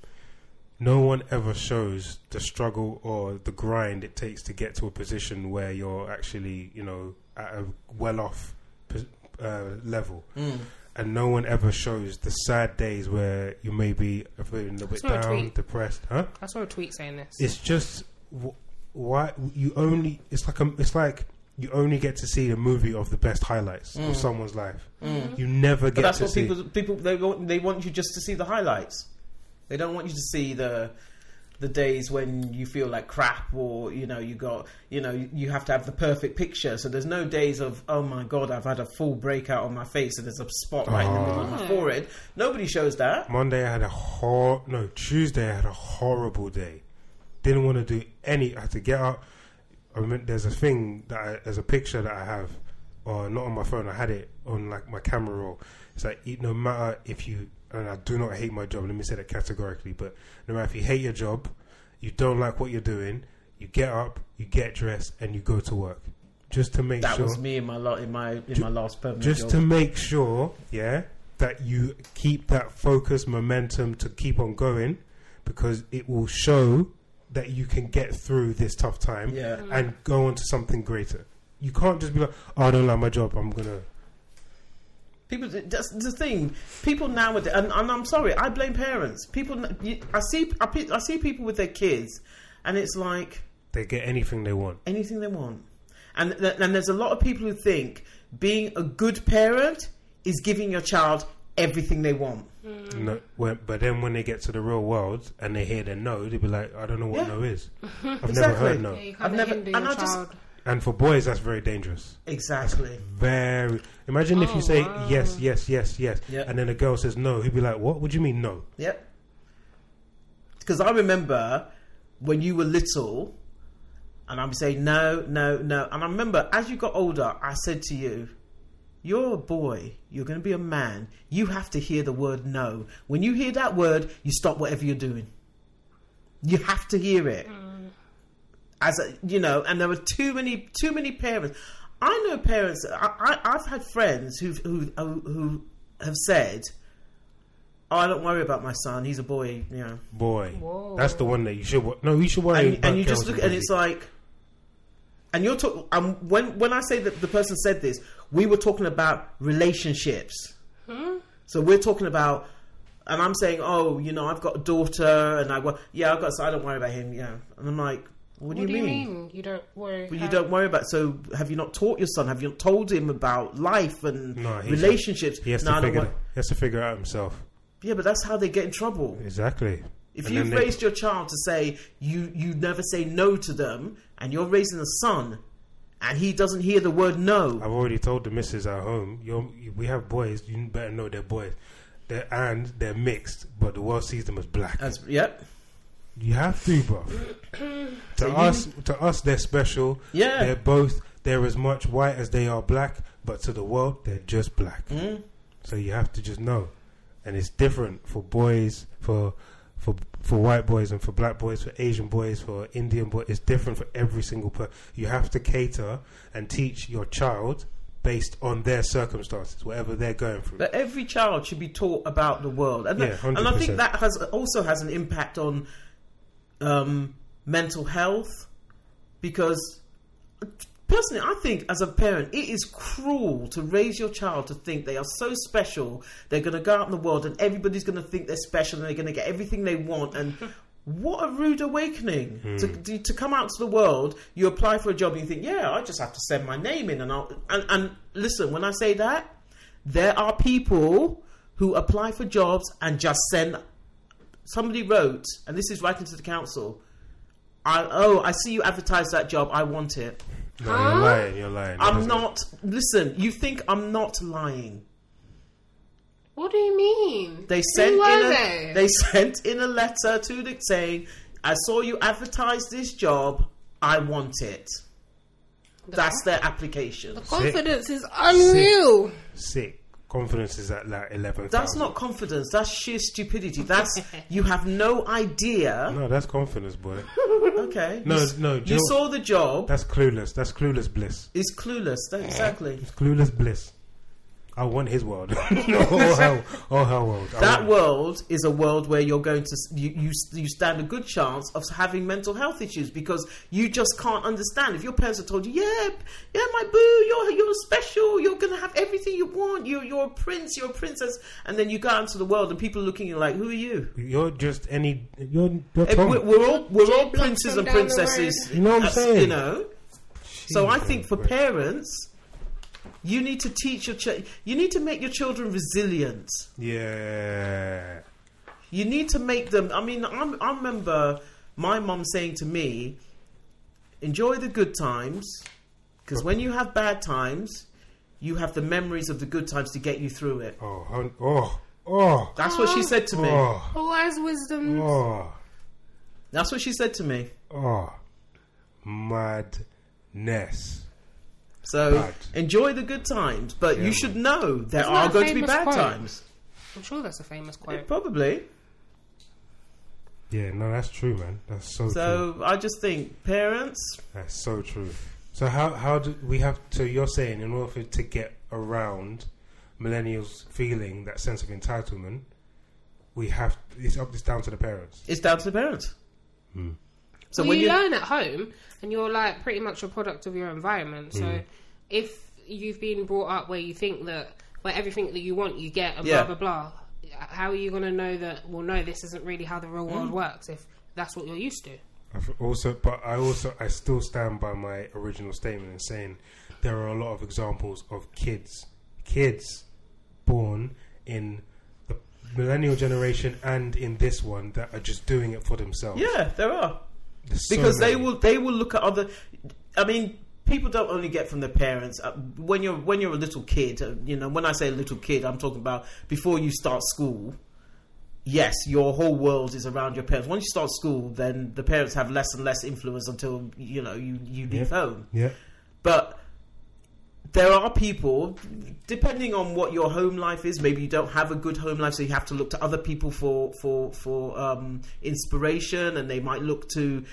Speaker 2: no one ever shows the struggle or the grind it takes to get to a position where you're actually, you know, at a well-off pos- uh, level.
Speaker 4: Mm.
Speaker 2: And no one ever shows the sad days where you may be feeling a little bit
Speaker 4: It's not a
Speaker 2: down,
Speaker 4: tweet.
Speaker 2: depressed, huh?
Speaker 4: I saw a tweet saying this.
Speaker 2: It's just wh- why you only. It's like a, it's like you only get to see the movie of the best highlights of someone's life. You never get
Speaker 3: Mm. But that's
Speaker 2: to
Speaker 3: what
Speaker 2: see.
Speaker 3: people people they want they want you just to see the highlights. They don't want you to see the the days when you feel like crap or you know you got you know you- you have to have the perfect picture. So there's no days of oh my god I've had a full breakout on my face and there's a spot right in the middle of my
Speaker 4: Oh.
Speaker 3: forehead. Nobody shows that.
Speaker 2: Monday I had a hor no Tuesday I had a horrible day. Didn't want to do any. I had to get up. I remember there's a thing that I, there's a picture that I have, or not on my phone. I had it on like my camera roll. It's like it, no matter if you and I do not hate my job. Let me say that categorically. But no matter if you hate your job, you don't like what you're doing, you get up, you get dressed, and you go to work just to make
Speaker 3: That
Speaker 2: sure
Speaker 3: was me in my lot in my in my last permanent
Speaker 2: just
Speaker 3: job.
Speaker 2: to make sure, yeah, that you keep that focus, momentum to keep on going, because it will show that you can get through this tough time
Speaker 3: yeah.
Speaker 2: and go on to something greater. You can't just be like, "Oh, I don't like my job. I'm gonna
Speaker 3: People, that's the thing. People nowadays, and, and I'm sorry, I blame parents. People, n- you- I see, I, pe- I see people with their kids, and it's like
Speaker 2: They get anything they want.
Speaker 3: anything they want. And th- and there's a lot of people who think being a good parent is giving your child everything they want.
Speaker 2: No, when, but then when they get to the real world and they hear the no, they'd be like, I don't know what
Speaker 3: Yeah.
Speaker 2: no is. I've never
Speaker 3: Exactly.
Speaker 2: heard no.
Speaker 4: Yeah, you
Speaker 3: I've
Speaker 4: can't
Speaker 3: never-
Speaker 4: hinder
Speaker 3: and
Speaker 4: your
Speaker 3: I just-
Speaker 4: child.
Speaker 2: And for boys, that's very dangerous.
Speaker 3: Exactly.
Speaker 2: Very. Imagine if
Speaker 4: Oh,
Speaker 2: you say
Speaker 4: wow.
Speaker 2: yes, yes, yes, yes,
Speaker 3: Yeah.
Speaker 2: and then a girl says no, he'd be like, What? What do you mean no?
Speaker 3: Yep. Because I remember when you were little, and I'm saying no, no, no. And I remember as you got older, I said to you, "You're a boy. You're going to be a man. You have to hear the word no. When you hear that word, you stop whatever you're doing. You have to hear it." As a, you know, and there were too many, too many parents. I know parents. I, I, I've had friends who've, who who who have said, "Oh, I don't worry about my son. He's a boy." You know.
Speaker 2: Boy.
Speaker 4: Whoa.
Speaker 2: That's the one that you should. Wa- no, you should worry
Speaker 3: and,
Speaker 2: about
Speaker 3: and you just
Speaker 2: girls
Speaker 3: look and
Speaker 2: boys.
Speaker 3: it's like and you're talking um, when when i say that the person said this we were talking about relationships so we're talking about and i'm saying oh you know i've got a daughter and i wa- yeah i've got so i don't worry about him yeah and i'm like what do,
Speaker 4: What
Speaker 3: you, mean?
Speaker 4: You don't worry.
Speaker 3: Well, you
Speaker 4: how-
Speaker 3: don't worry about. So, have you not taught your son? Have you not told him about life and
Speaker 2: No, he should-
Speaker 3: relationships?
Speaker 2: He has,
Speaker 3: No, I
Speaker 2: to
Speaker 3: don't
Speaker 2: figure,
Speaker 3: wor-
Speaker 2: it- he has to figure it out himself.
Speaker 3: Yeah, but that's how they get in trouble.
Speaker 2: Exactly.
Speaker 3: If
Speaker 2: And
Speaker 3: you've
Speaker 2: then they-
Speaker 3: raised your child to say you you never say no to them, and you're raising a son, and he doesn't hear the word no,
Speaker 2: I've already told the missus at home, Yo, we have boys, you better know they're boys. They're, and they're mixed, but the world sees them as black.
Speaker 3: as yep,
Speaker 2: You have to, bro.
Speaker 3: [clears throat]
Speaker 2: to us, to us, they're special.
Speaker 3: Yeah.
Speaker 2: they're both. They're as much white as they are black, but to the world, they're just black.
Speaker 3: Mm.
Speaker 2: So you have to just know, and it's different for boys, for for for white boys, and for black boys, for Asian boys, for Indian boys. It's different for every single person. You have to cater and teach your child based on their circumstances, whatever they're going through.
Speaker 3: But every child should be taught about the world, and
Speaker 2: Yeah,
Speaker 3: and I think
Speaker 2: 100%.
Speaker 3: that has also has an impact on um, mental health because personally, I think as a parent, it is cruel to raise your child to think they are so special. They're going to go out in the world, and everybody's going to think they're special, and they're going to get everything they want. And what a rude awakening to, to to come out to the world. You apply for a job, and you think, yeah, I just have to send my name in, and I'll and, and listen. When I say that, there are people who apply for jobs and just send somebody wrote, and this is writing to the council. I, oh, I see you advertise that job. I want it.
Speaker 2: no,
Speaker 4: Huh?
Speaker 2: you're lying. You're lying. It
Speaker 3: I'm
Speaker 2: doesn't-
Speaker 3: not. Listen, you think I'm not lying?
Speaker 4: What do you mean?
Speaker 3: They sent
Speaker 4: Who
Speaker 3: in
Speaker 4: were
Speaker 3: a,
Speaker 4: they?
Speaker 3: sent in a letter to the saying, "I saw you advertise this job. I want it." That's their application.
Speaker 4: The confidence is unreal.
Speaker 2: sick. Confidence is at like eleven.
Speaker 3: That's not confidence. That's sheer stupidity.
Speaker 4: [laughs]
Speaker 3: That's you have no idea.
Speaker 2: No, that's confidence, boy.
Speaker 3: Okay.
Speaker 2: No,
Speaker 3: you, s-
Speaker 2: no,
Speaker 3: You
Speaker 2: Jill-
Speaker 3: saw the job.
Speaker 2: That's clueless. That's clueless bliss.
Speaker 3: It's clueless. That- Exactly.
Speaker 2: It's clueless bliss. I want his world. [laughs] oh hell, oh hell world. I
Speaker 3: That
Speaker 2: want-
Speaker 3: world is a world where you're going to you, you you stand a good chance of having mental health issues because you just can't understand. If your parents have told you, "Yeah, yeah, my boo, you're you're special. You're going to have everything you want. You you're a prince. You're a princess," and then you go out into the world and people looking at you like, "Who are you?"
Speaker 2: You're just any. You're you're
Speaker 3: Eh,
Speaker 2: Tom.
Speaker 3: We're, we're all we're
Speaker 4: Jay
Speaker 3: all
Speaker 4: Blunt
Speaker 3: princes
Speaker 4: from
Speaker 3: and
Speaker 4: down the
Speaker 3: princesses.
Speaker 4: road.
Speaker 2: You know what I'm
Speaker 3: That's-
Speaker 2: saying?
Speaker 3: You know. So I think for
Speaker 2: Jesus, bro.
Speaker 3: parents, you need to teach your ch- you need to make your children resilient.
Speaker 2: Yeah.
Speaker 3: You need to make them. I mean, I'm, I remember my mum saying to me, "Enjoy the good times, because when you have bad times, you have the memories of the good times to get you through it."
Speaker 2: Oh. hun- Oh. Oh.
Speaker 3: That's what she said to me.
Speaker 2: Oh.
Speaker 4: The wise wisdom.
Speaker 2: Oh.
Speaker 3: That's what she said to me.
Speaker 2: Oh. Madness.
Speaker 3: So
Speaker 2: Right.
Speaker 3: enjoy the good times, but you
Speaker 2: Yeah.
Speaker 3: should know there
Speaker 4: Isn't
Speaker 3: are
Speaker 4: that a
Speaker 3: going to be
Speaker 4: famous
Speaker 3: bad
Speaker 4: quote?
Speaker 3: times.
Speaker 4: I'm sure that's a famous quote.
Speaker 3: Probably.
Speaker 2: Yeah. No, that's true, man. That's so. true.
Speaker 3: So I just think parents.
Speaker 2: That's so true. So how how do we have so you're saying in order for, to get around millennials feeling that sense of entitlement, we have it's up it's down to the parents.
Speaker 3: It's down to the parents.
Speaker 2: Hmm.
Speaker 3: So
Speaker 4: well,
Speaker 3: when
Speaker 4: you,
Speaker 3: you
Speaker 4: learn at home, and you're like
Speaker 3: Mm.
Speaker 4: pretty much a product of your environment. So if you've been brought up where you think that where everything that you want you get and
Speaker 3: Yeah.
Speaker 4: blah blah blah. How are you going to know that? Well, no, this isn't really how the real
Speaker 3: Mm.
Speaker 4: world works. If that's what you're used to,
Speaker 2: I've also, but I also I still stand by my original statement in saying there are a lot of examples of kids, kids born in the millennial generation and in this one that are just doing it for themselves.
Speaker 3: Yeah, there are.
Speaker 2: There's so
Speaker 3: because they
Speaker 2: many.
Speaker 3: will they will look at other i mean people don't only get from their parents Uh, when you're when you're a little kid uh, you know when i say a little kid i'm talking about before you start school yes your whole world is around your parents once you start school then the parents have less and less influence until you know you you leave
Speaker 2: Yeah.
Speaker 3: home
Speaker 2: Yeah,
Speaker 3: but there are people, depending on what your home life is, maybe you don't have a good home life, so you have to look to other people for for for um, inspiration, and they might look to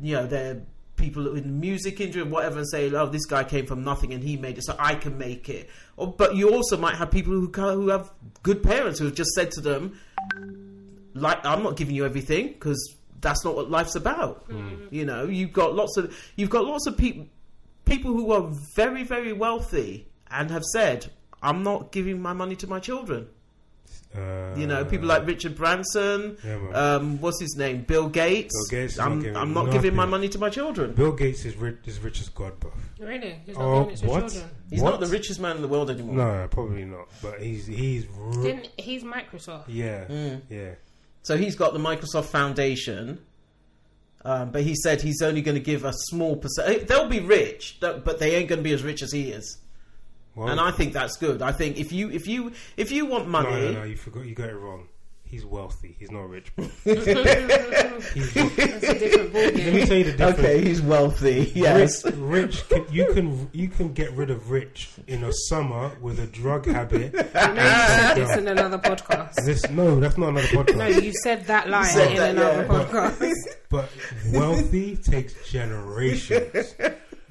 Speaker 3: you know their people in the music industry and whatever, and say, "Oh, this guy came from nothing and he made it, so I can make it." Or, but you also might have people who ca- who have good parents who have just said to them, like I'm not giving you everything because that's not what life's about. You know, you've got lots of you've got lots of people people who are very very wealthy and have said I'm not giving my money to my children.
Speaker 2: uh,
Speaker 3: You know, people like Richard Branson,
Speaker 2: Yeah, man.
Speaker 3: um, what's his name, Bill Gates.
Speaker 2: Bill Gates is
Speaker 3: I'm,
Speaker 2: not giving
Speaker 3: I'm not giving my
Speaker 2: nothing.
Speaker 3: money to my children.
Speaker 2: Bill Gates is rich, is rich as God, buff.
Speaker 4: really, it's not
Speaker 2: Oh,
Speaker 4: doing it to
Speaker 2: what?
Speaker 4: children.
Speaker 3: He's
Speaker 2: what?
Speaker 3: not the richest man in the world anymore.
Speaker 2: No, probably not. But he's he's ri-
Speaker 4: Didn't he's [laughs] Microsoft?
Speaker 2: yeah
Speaker 3: Mm.
Speaker 2: yeah.
Speaker 3: So he's got the Microsoft Foundation, um, but he said he's only going to give a small percent. They'll be rich, th- but they ain't going to be as rich as he is.
Speaker 2: Well,
Speaker 3: And I think that's good. I think if you if you if you want money,
Speaker 2: no, no, no, you forgot you got it wrong. He's wealthy. He's not
Speaker 3: [laughs]
Speaker 2: rich. bro. he's wel-
Speaker 4: That's a different
Speaker 2: Let me
Speaker 4: ballgame.
Speaker 2: tell you the difference.
Speaker 3: [laughs] okay, he's wealthy. Yes,
Speaker 2: Rich, rich can, you can you can get rid of rich in a summer with a drug
Speaker 4: [laughs]
Speaker 2: habit.
Speaker 4: You know, you said
Speaker 2: Yeah.
Speaker 4: this in another podcast.
Speaker 2: This no, that's not another
Speaker 4: No,
Speaker 2: podcast.
Speaker 4: you said that line
Speaker 3: said
Speaker 4: in
Speaker 3: that,
Speaker 4: another
Speaker 3: yeah.
Speaker 4: podcast.
Speaker 2: But wealthy takes generations.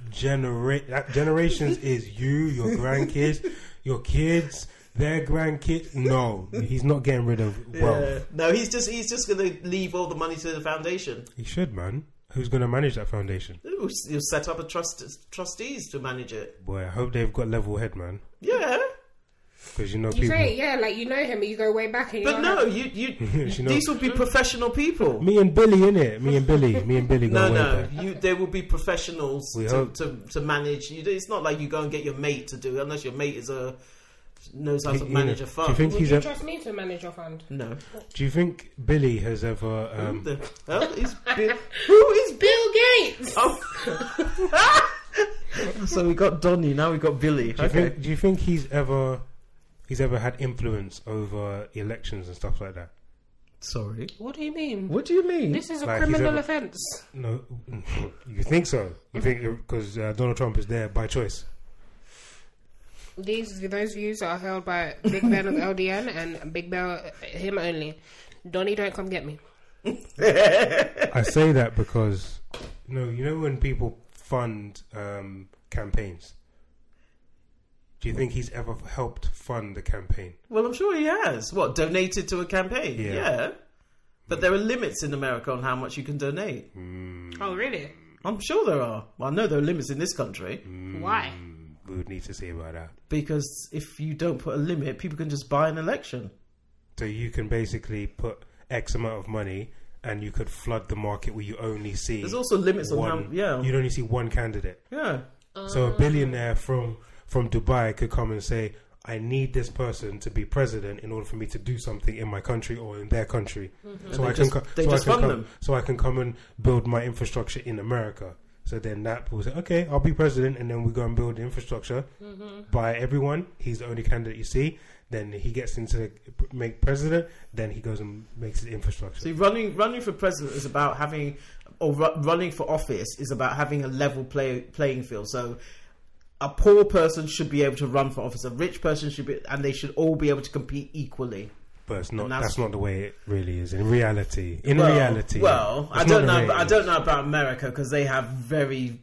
Speaker 2: Generate that generations is you, your grandkids, your kids, their grandkids. No, he's not getting rid of wealth.
Speaker 3: Yeah. no, he's just he's just going to leave all the money to the foundation.
Speaker 2: He should, man. Who's going to manage that foundation?
Speaker 3: He'll he'll set up a trust trustees to manage it.
Speaker 2: Boy, I hope they've got level head, man.
Speaker 3: Yeah,
Speaker 2: Because you know
Speaker 4: You
Speaker 2: people.
Speaker 4: say it, yeah, like you know him, but you go way back. And
Speaker 3: but
Speaker 4: you're
Speaker 3: no,
Speaker 4: like,
Speaker 3: you you
Speaker 2: [laughs] You know-
Speaker 3: these will be professional people.
Speaker 2: Me and Billy, innit? Me and Billy. Me and Billy go
Speaker 3: No,
Speaker 2: way
Speaker 3: no,
Speaker 2: back.
Speaker 3: you, they will be professionals
Speaker 2: We
Speaker 3: to,
Speaker 2: hope.
Speaker 3: to, to manage. You, it's not like you go and get your mate to do it, unless your mate is a knows how to
Speaker 2: You know,
Speaker 3: manage a
Speaker 2: Do you
Speaker 3: fund.
Speaker 2: think
Speaker 4: would
Speaker 2: he's
Speaker 4: you
Speaker 2: a,
Speaker 4: trust me to manage your fund?
Speaker 3: [laughs] no,
Speaker 2: Do you think Billy has ever? Um,
Speaker 3: the hell is Bill, [laughs] who is Bill?
Speaker 4: Bill Gates.
Speaker 3: Oh. [laughs] so we got Donny, now we got Billy.
Speaker 2: do you think? Do you think he's ever? He's ever had influence over elections and stuff like that?
Speaker 3: Sorry,
Speaker 4: What do you mean?
Speaker 3: what do you mean?
Speaker 4: This is a
Speaker 2: Like, he's
Speaker 4: criminal
Speaker 2: ever-
Speaker 4: offence.
Speaker 2: No, [laughs] you think so? You think because uh, Donald Trump is there by choice?
Speaker 4: These those views are held by Big Ben of LDN and Big Bell uh, him only. Donnie, don't come get me.
Speaker 2: I say that because no, you know when people fund um, campaigns. Do you think he's ever helped fund the campaign?
Speaker 3: Well, I'm sure he has. What donated to a campaign?
Speaker 2: Yeah.
Speaker 3: Yeah. But there are limits in America on how much you can donate.
Speaker 2: Mm.
Speaker 4: Oh really?
Speaker 3: I'm sure there are. Well, I know there are limits in this country
Speaker 4: Why?
Speaker 2: Mm, we would need to see about that.
Speaker 3: because if you don't put a limit, people can just buy an election.
Speaker 2: So you can basically put X amount of money, and you could flood the market where you only see.
Speaker 3: There's also limits on how.
Speaker 2: one.
Speaker 3: Yeah.
Speaker 2: You'd only see one candidate.
Speaker 3: yeah.
Speaker 2: So a billionaire from from Dubai could come and say, "I need this person to be president in order for me to do something in my country or in their country." So
Speaker 3: Mm-hmm. they
Speaker 2: I can
Speaker 3: just-
Speaker 2: co-
Speaker 3: they
Speaker 2: so I
Speaker 3: just
Speaker 2: can
Speaker 3: fund
Speaker 2: come,
Speaker 3: them.
Speaker 2: so I can come and build my infrastructure in America. So then that will say, "Okay, I'll be president," and then we go and build the infrastructure
Speaker 3: Mm-hmm.
Speaker 2: by everyone. He's the only candidate you see. Then he gets into the, make president. Then he goes and makes the infrastructure.
Speaker 3: See, running running for president is about having, or ru- running for office is about having a level play, playing field. So, a poor person should be able to run for office. A rich person should be, and they should all be able to compete equally.
Speaker 2: But it's not.
Speaker 3: And that's-
Speaker 2: That's, not the way it really is. In reality, in
Speaker 3: well,
Speaker 2: reality,
Speaker 3: Well,
Speaker 2: that's
Speaker 3: I don't
Speaker 2: not the
Speaker 3: know.
Speaker 2: way
Speaker 3: I
Speaker 2: it
Speaker 3: don't know about America because they have very.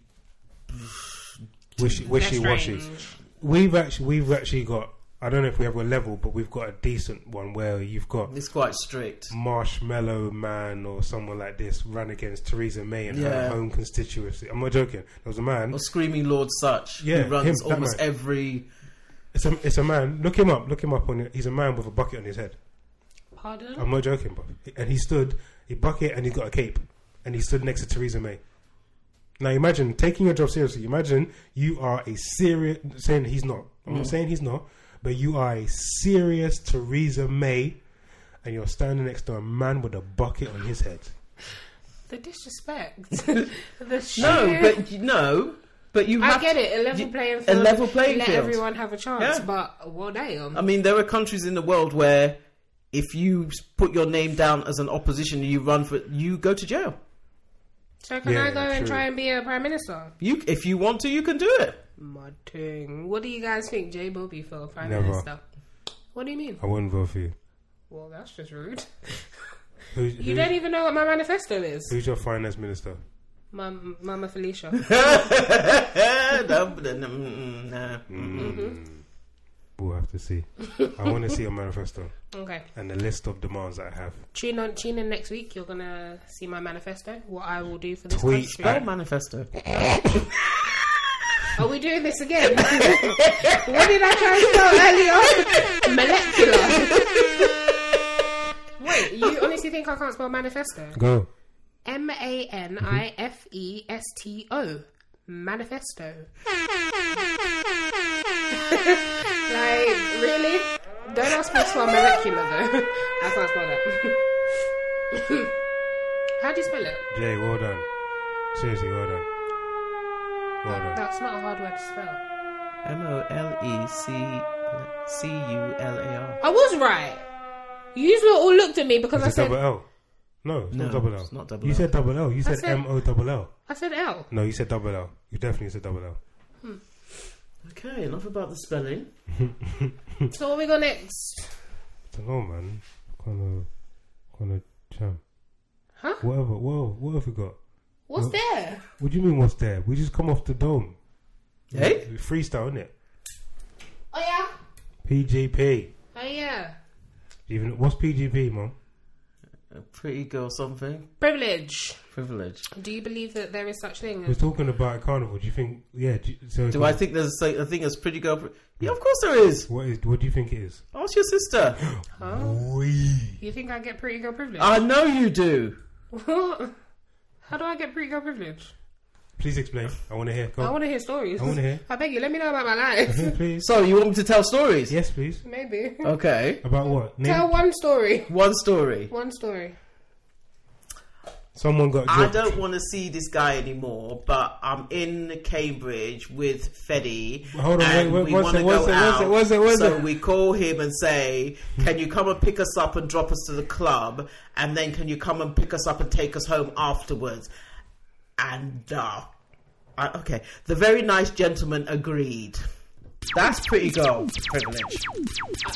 Speaker 2: is. wishy wishy washy.
Speaker 4: strange.
Speaker 2: We've actually we've actually got. I don't know if we have a level, but we've got a decent one where you've got
Speaker 3: It's quite strict.
Speaker 2: Marshmallow Man or someone like this ran against Theresa May in her
Speaker 3: Yeah.
Speaker 2: home constituency. I'm not joking. There was a man.
Speaker 3: Or screaming Lord Such,
Speaker 2: Yeah,
Speaker 3: who runs
Speaker 2: him, that
Speaker 3: almost
Speaker 2: man.
Speaker 3: every
Speaker 2: It's a, it's a man. Look him up. Look him up on. it. He's a man with a bucket on his head.
Speaker 4: Pardon?
Speaker 2: I'm not joking, bro. And he stood a bucket and he's got a cape, and he stood next to Theresa May. Now imagine taking your job seriously. Imagine you are a serious. Saying he's not. I'm
Speaker 4: Mm.
Speaker 2: not saying he's not, but you are a serious Theresa May, and you're standing next to a man with a bucket on his head.
Speaker 4: the
Speaker 3: [laughs]
Speaker 4: disrespect. the
Speaker 3: No,
Speaker 4: sheer-
Speaker 3: but you- no, but you. Have
Speaker 4: I get it. A level
Speaker 3: you-
Speaker 4: playing
Speaker 3: A
Speaker 4: field.
Speaker 3: level playing
Speaker 4: let
Speaker 3: field.
Speaker 4: everyone have a chance.
Speaker 3: Yeah. Uh,
Speaker 4: But well, damn.
Speaker 3: I mean, there are countries in the world where if you put your name down as an opposition and you run for, you go to jail.
Speaker 4: so can
Speaker 2: yeah,
Speaker 4: I go and
Speaker 2: true.
Speaker 4: try and be a prime minister?
Speaker 3: You, if you want to, you can do it. [laughs]
Speaker 4: My thing. What do you guys think J Bobby for prime
Speaker 2: Never.
Speaker 4: minister? What do you mean?
Speaker 2: I wouldn't vote for you.
Speaker 4: Well, that's just rude.
Speaker 3: [laughs]
Speaker 2: Who,
Speaker 4: You
Speaker 2: who's-
Speaker 4: don't even know what my manifesto is.
Speaker 2: who's your finance minister?
Speaker 4: Mum,
Speaker 3: [laughs]
Speaker 4: Mama Felicia.
Speaker 3: No, but then, mm, mm, nah.
Speaker 2: We'll have to see. I want to see a manifesto
Speaker 4: Okay.
Speaker 2: and the list of demands that I have.
Speaker 4: Tune on. Tune in next week. You're gonna see my manifesto. What I will do for this
Speaker 2: Tweet
Speaker 4: country.
Speaker 3: Spell manifesto.
Speaker 4: Are we doing this again? [laughs] what did I try to spell earlier? Molecular. [laughs] Wait, you honestly think I can't spell manifesto?
Speaker 2: Go.
Speaker 4: M A N I F E S T O. Manifesto. [laughs] like, really? Don't ask me to spell molecular though. [laughs] I can't spell that. [laughs] How do you spell it?
Speaker 2: Jay, well done. Seriously, well done. Well done.
Speaker 4: That's not a hard word to spell.
Speaker 3: M O L E C C U L A R.
Speaker 4: I was right. You lot all looked at me because I
Speaker 2: Is it
Speaker 4: said
Speaker 2: double L? No, it's
Speaker 3: No,
Speaker 2: not double L.
Speaker 3: it's not double
Speaker 2: You
Speaker 3: L.
Speaker 2: said double L. You said
Speaker 4: said-
Speaker 2: M O double L.
Speaker 4: I said L.
Speaker 2: No, you said double L. You definitely said double L.
Speaker 3: Okay, enough about the spelling.
Speaker 4: So what we got next?
Speaker 2: don't know, man. Kind of, kind of jam.
Speaker 4: Huh?
Speaker 2: Whatever. Whoa, what have we got?
Speaker 4: What's there?
Speaker 2: What do you mean? What's there? We just come off the dome.
Speaker 3: Hey,
Speaker 2: Freestyle, innit?
Speaker 4: Oh yeah.
Speaker 2: PGP.
Speaker 4: Oh yeah.
Speaker 2: Even what's PGP, mom?
Speaker 3: a pretty girl, something
Speaker 4: Privilege.
Speaker 3: privilege.
Speaker 4: Do you believe that there is such thing?
Speaker 2: We're
Speaker 4: As-
Speaker 2: talking about a carnival. Do you think? Yeah. Do, you- so
Speaker 3: Do I think there's a, a thing as pretty girl? Pri- yeah, of course there is.
Speaker 2: What is? What do you think it is?
Speaker 3: Ask your sister.
Speaker 4: huh?
Speaker 2: Wee.
Speaker 4: You think I get pretty girl privilege?
Speaker 2: Uh,
Speaker 4: [laughs]
Speaker 3: I know you do.
Speaker 4: How do I get pretty girl privilege?
Speaker 2: Please explain. I want to hear.
Speaker 4: I
Speaker 2: Go.
Speaker 4: want to hear stories.
Speaker 2: Oh. I wanna hear.
Speaker 4: [laughs] I beg you, let me know about my
Speaker 2: [laughs]
Speaker 4: life.
Speaker 2: on. please.
Speaker 3: So you want me to tell stories?
Speaker 2: Yes, please.
Speaker 4: Maybe.
Speaker 2: Uh,
Speaker 3: Okay.
Speaker 2: About what? Name.
Speaker 4: [laughs] Tell one story.
Speaker 3: One story.
Speaker 4: One story.
Speaker 2: Someone got.
Speaker 3: I
Speaker 2: dropped.
Speaker 3: don't want to see this guy anymore, but I'm in Cambridge with Fetty.
Speaker 2: Hold on,
Speaker 3: and
Speaker 2: wait, wait,
Speaker 3: we
Speaker 2: one
Speaker 3: want to
Speaker 2: sec, one
Speaker 3: go
Speaker 2: sec, one
Speaker 3: out.
Speaker 2: sec, one sec, one
Speaker 3: so
Speaker 2: sec.
Speaker 3: we call him and say, "Can you come and pick us up and drop us to the club, and then can you come and pick us up and take us home afterwards?" And uh, I, okay, the very nice gentleman agreed. That's pretty girl privilege.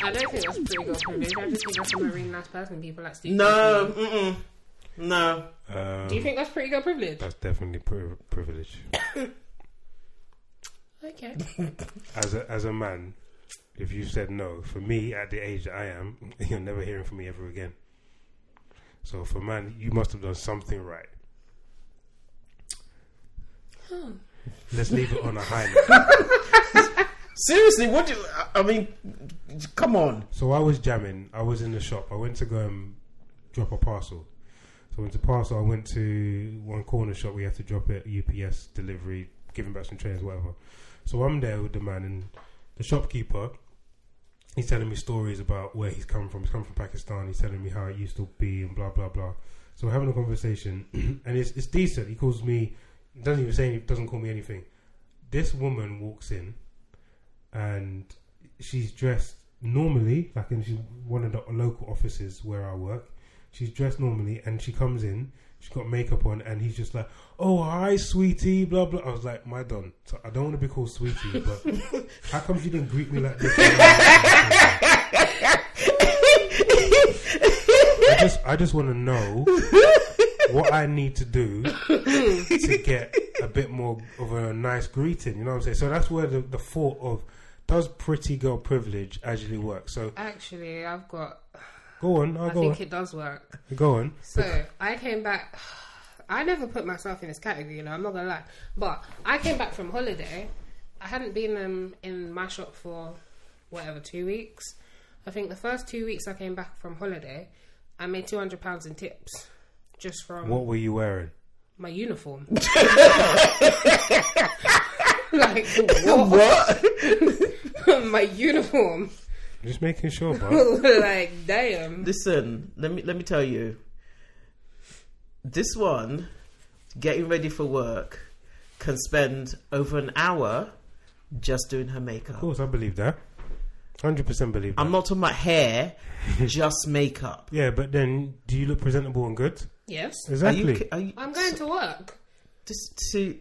Speaker 4: I I don't think that's pretty girl privilege. I just think that's from a really nice person. People like Steve.
Speaker 3: No, mm-mm, no.
Speaker 2: Um,
Speaker 4: Do you think that's pretty girl privilege?
Speaker 2: That's definitely pri- privilege.
Speaker 4: Okay.
Speaker 2: As a, as a man, if you said no, for me at the age that I am, [laughs] you're never hearing from me ever again. So for man, you must have done something right. Let's leave it on a high note.
Speaker 3: Seriously, what do I mean? Come on.
Speaker 2: So I was jamming. I was in the shop. I went to go and drop a parcel. So I went to parcel. I went to one corner shop. We have to drop it. UPS delivery, giving back some trains, whatever. So I'm there with the man and the shopkeeper. He's telling me stories about where he's come from. He's come from Pakistan. He's telling me how it used to be and blah blah blah. So we're having a conversation, [clears throat] and it's it's decent. He calls me. Doesn't even say. Any, doesn't call me anything. This woman walks in, and she's dressed normally, like in she's one of the local offices where I work. She's dressed normally, and she comes in. She's got makeup on, and he's just like, "Oh, hi, sweetie." Blah blah. I was like, "My don." So I don't want to be called sweetie, but how come you didn't greet me like this? I just, I just want to know what I need to do to get a bit more of a nice greeting. You know what I'm saying? So that's where the, the thought of does pretty girl privilege actually work? So
Speaker 4: Actually, I've got.
Speaker 2: go on, I'll
Speaker 4: I
Speaker 2: go on.
Speaker 4: think it does work.
Speaker 2: go on.
Speaker 4: So I came back. [sighs] I never put myself in this category, you know. I'm not gonna lie, but I came back from holiday. I hadn't been um, in my shop for whatever two weeks. I think the first two weeks I came back from holiday, I made two hundred pounds in tips just from
Speaker 2: What were you wearing?
Speaker 4: my uniform.
Speaker 3: [laughs]
Speaker 4: [laughs] like [laughs] what?
Speaker 3: What?
Speaker 4: my uniform. [laughs]
Speaker 2: Just making sure, bro.
Speaker 4: like damn.
Speaker 3: Listen, let me let me tell you. This one, getting ready for work, can spend over an hour just doing her
Speaker 2: Of
Speaker 3: makeup.
Speaker 2: course, I believe that. Hundred percent believe that.
Speaker 3: I'm not talking about hair, just makeup.
Speaker 2: yeah, but then, do you look presentable and good?
Speaker 4: Yes.
Speaker 3: Are you?
Speaker 2: Exactly.
Speaker 3: ki- Are you
Speaker 4: I'm going to work.
Speaker 3: just see?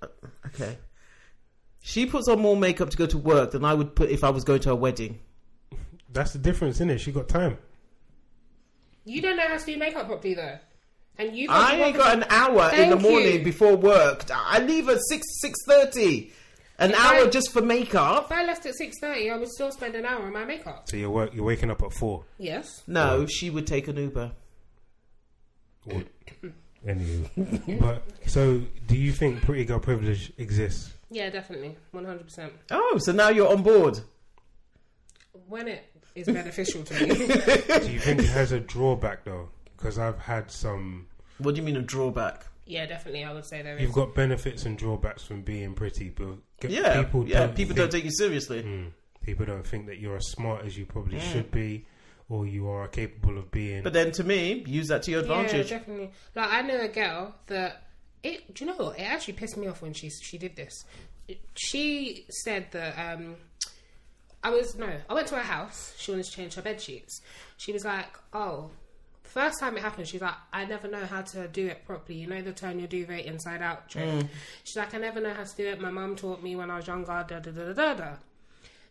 Speaker 3: uh, Okay. She puts on more makeup to go to work than I would put if I was going to a wedding.
Speaker 2: That's the difference, is it? She got time.
Speaker 4: You don't know how to do makeup properly though. And you go to
Speaker 3: I
Speaker 4: work
Speaker 3: ain't got an hour in
Speaker 4: Thank
Speaker 3: the morning
Speaker 4: you.
Speaker 3: before work. I leave at six six thirty. An
Speaker 4: I-
Speaker 3: hour just for makeup.
Speaker 4: If I left at six thirty, I would still spend an hour on my makeup.
Speaker 2: So you're work, you're waking up at four.
Speaker 4: Yes.
Speaker 3: No, she would take an Uber.
Speaker 2: Or, anywho, [laughs] but so do you think pretty girl privilege exists?
Speaker 4: Yeah, definitely, one hundred percent.
Speaker 3: Oh, so now you're on board.
Speaker 4: When it [laughs] is beneficial to me,
Speaker 2: Do you think it has a drawback though? Because I've had some.
Speaker 3: What do you mean a drawback?
Speaker 4: [laughs] yeah, definitely, I would say there is.
Speaker 2: You've got benefits and drawbacks from being pretty, but g-
Speaker 3: Yeah,
Speaker 2: people
Speaker 3: yeah.
Speaker 2: don't
Speaker 3: people
Speaker 2: think,
Speaker 3: don't take you seriously.
Speaker 2: Mm. people don't think that you're as smart as you probably should be, or you are capable of being.
Speaker 3: Mm. But then, to me, use that to your advantage.
Speaker 4: Yeah, definitely. Like I know a girl that it. Do you know what? It actually pissed me off when she she did this. She said that um, I was no. I went to her house. She wanted to change her bed sheets. She was like, "Oh, first time it happened, she's like, I never know how to do it properly. You know the turn your duvet inside out trick. She's like, I never know how to do it. My mum taught me when I was younger. Da da da da da da."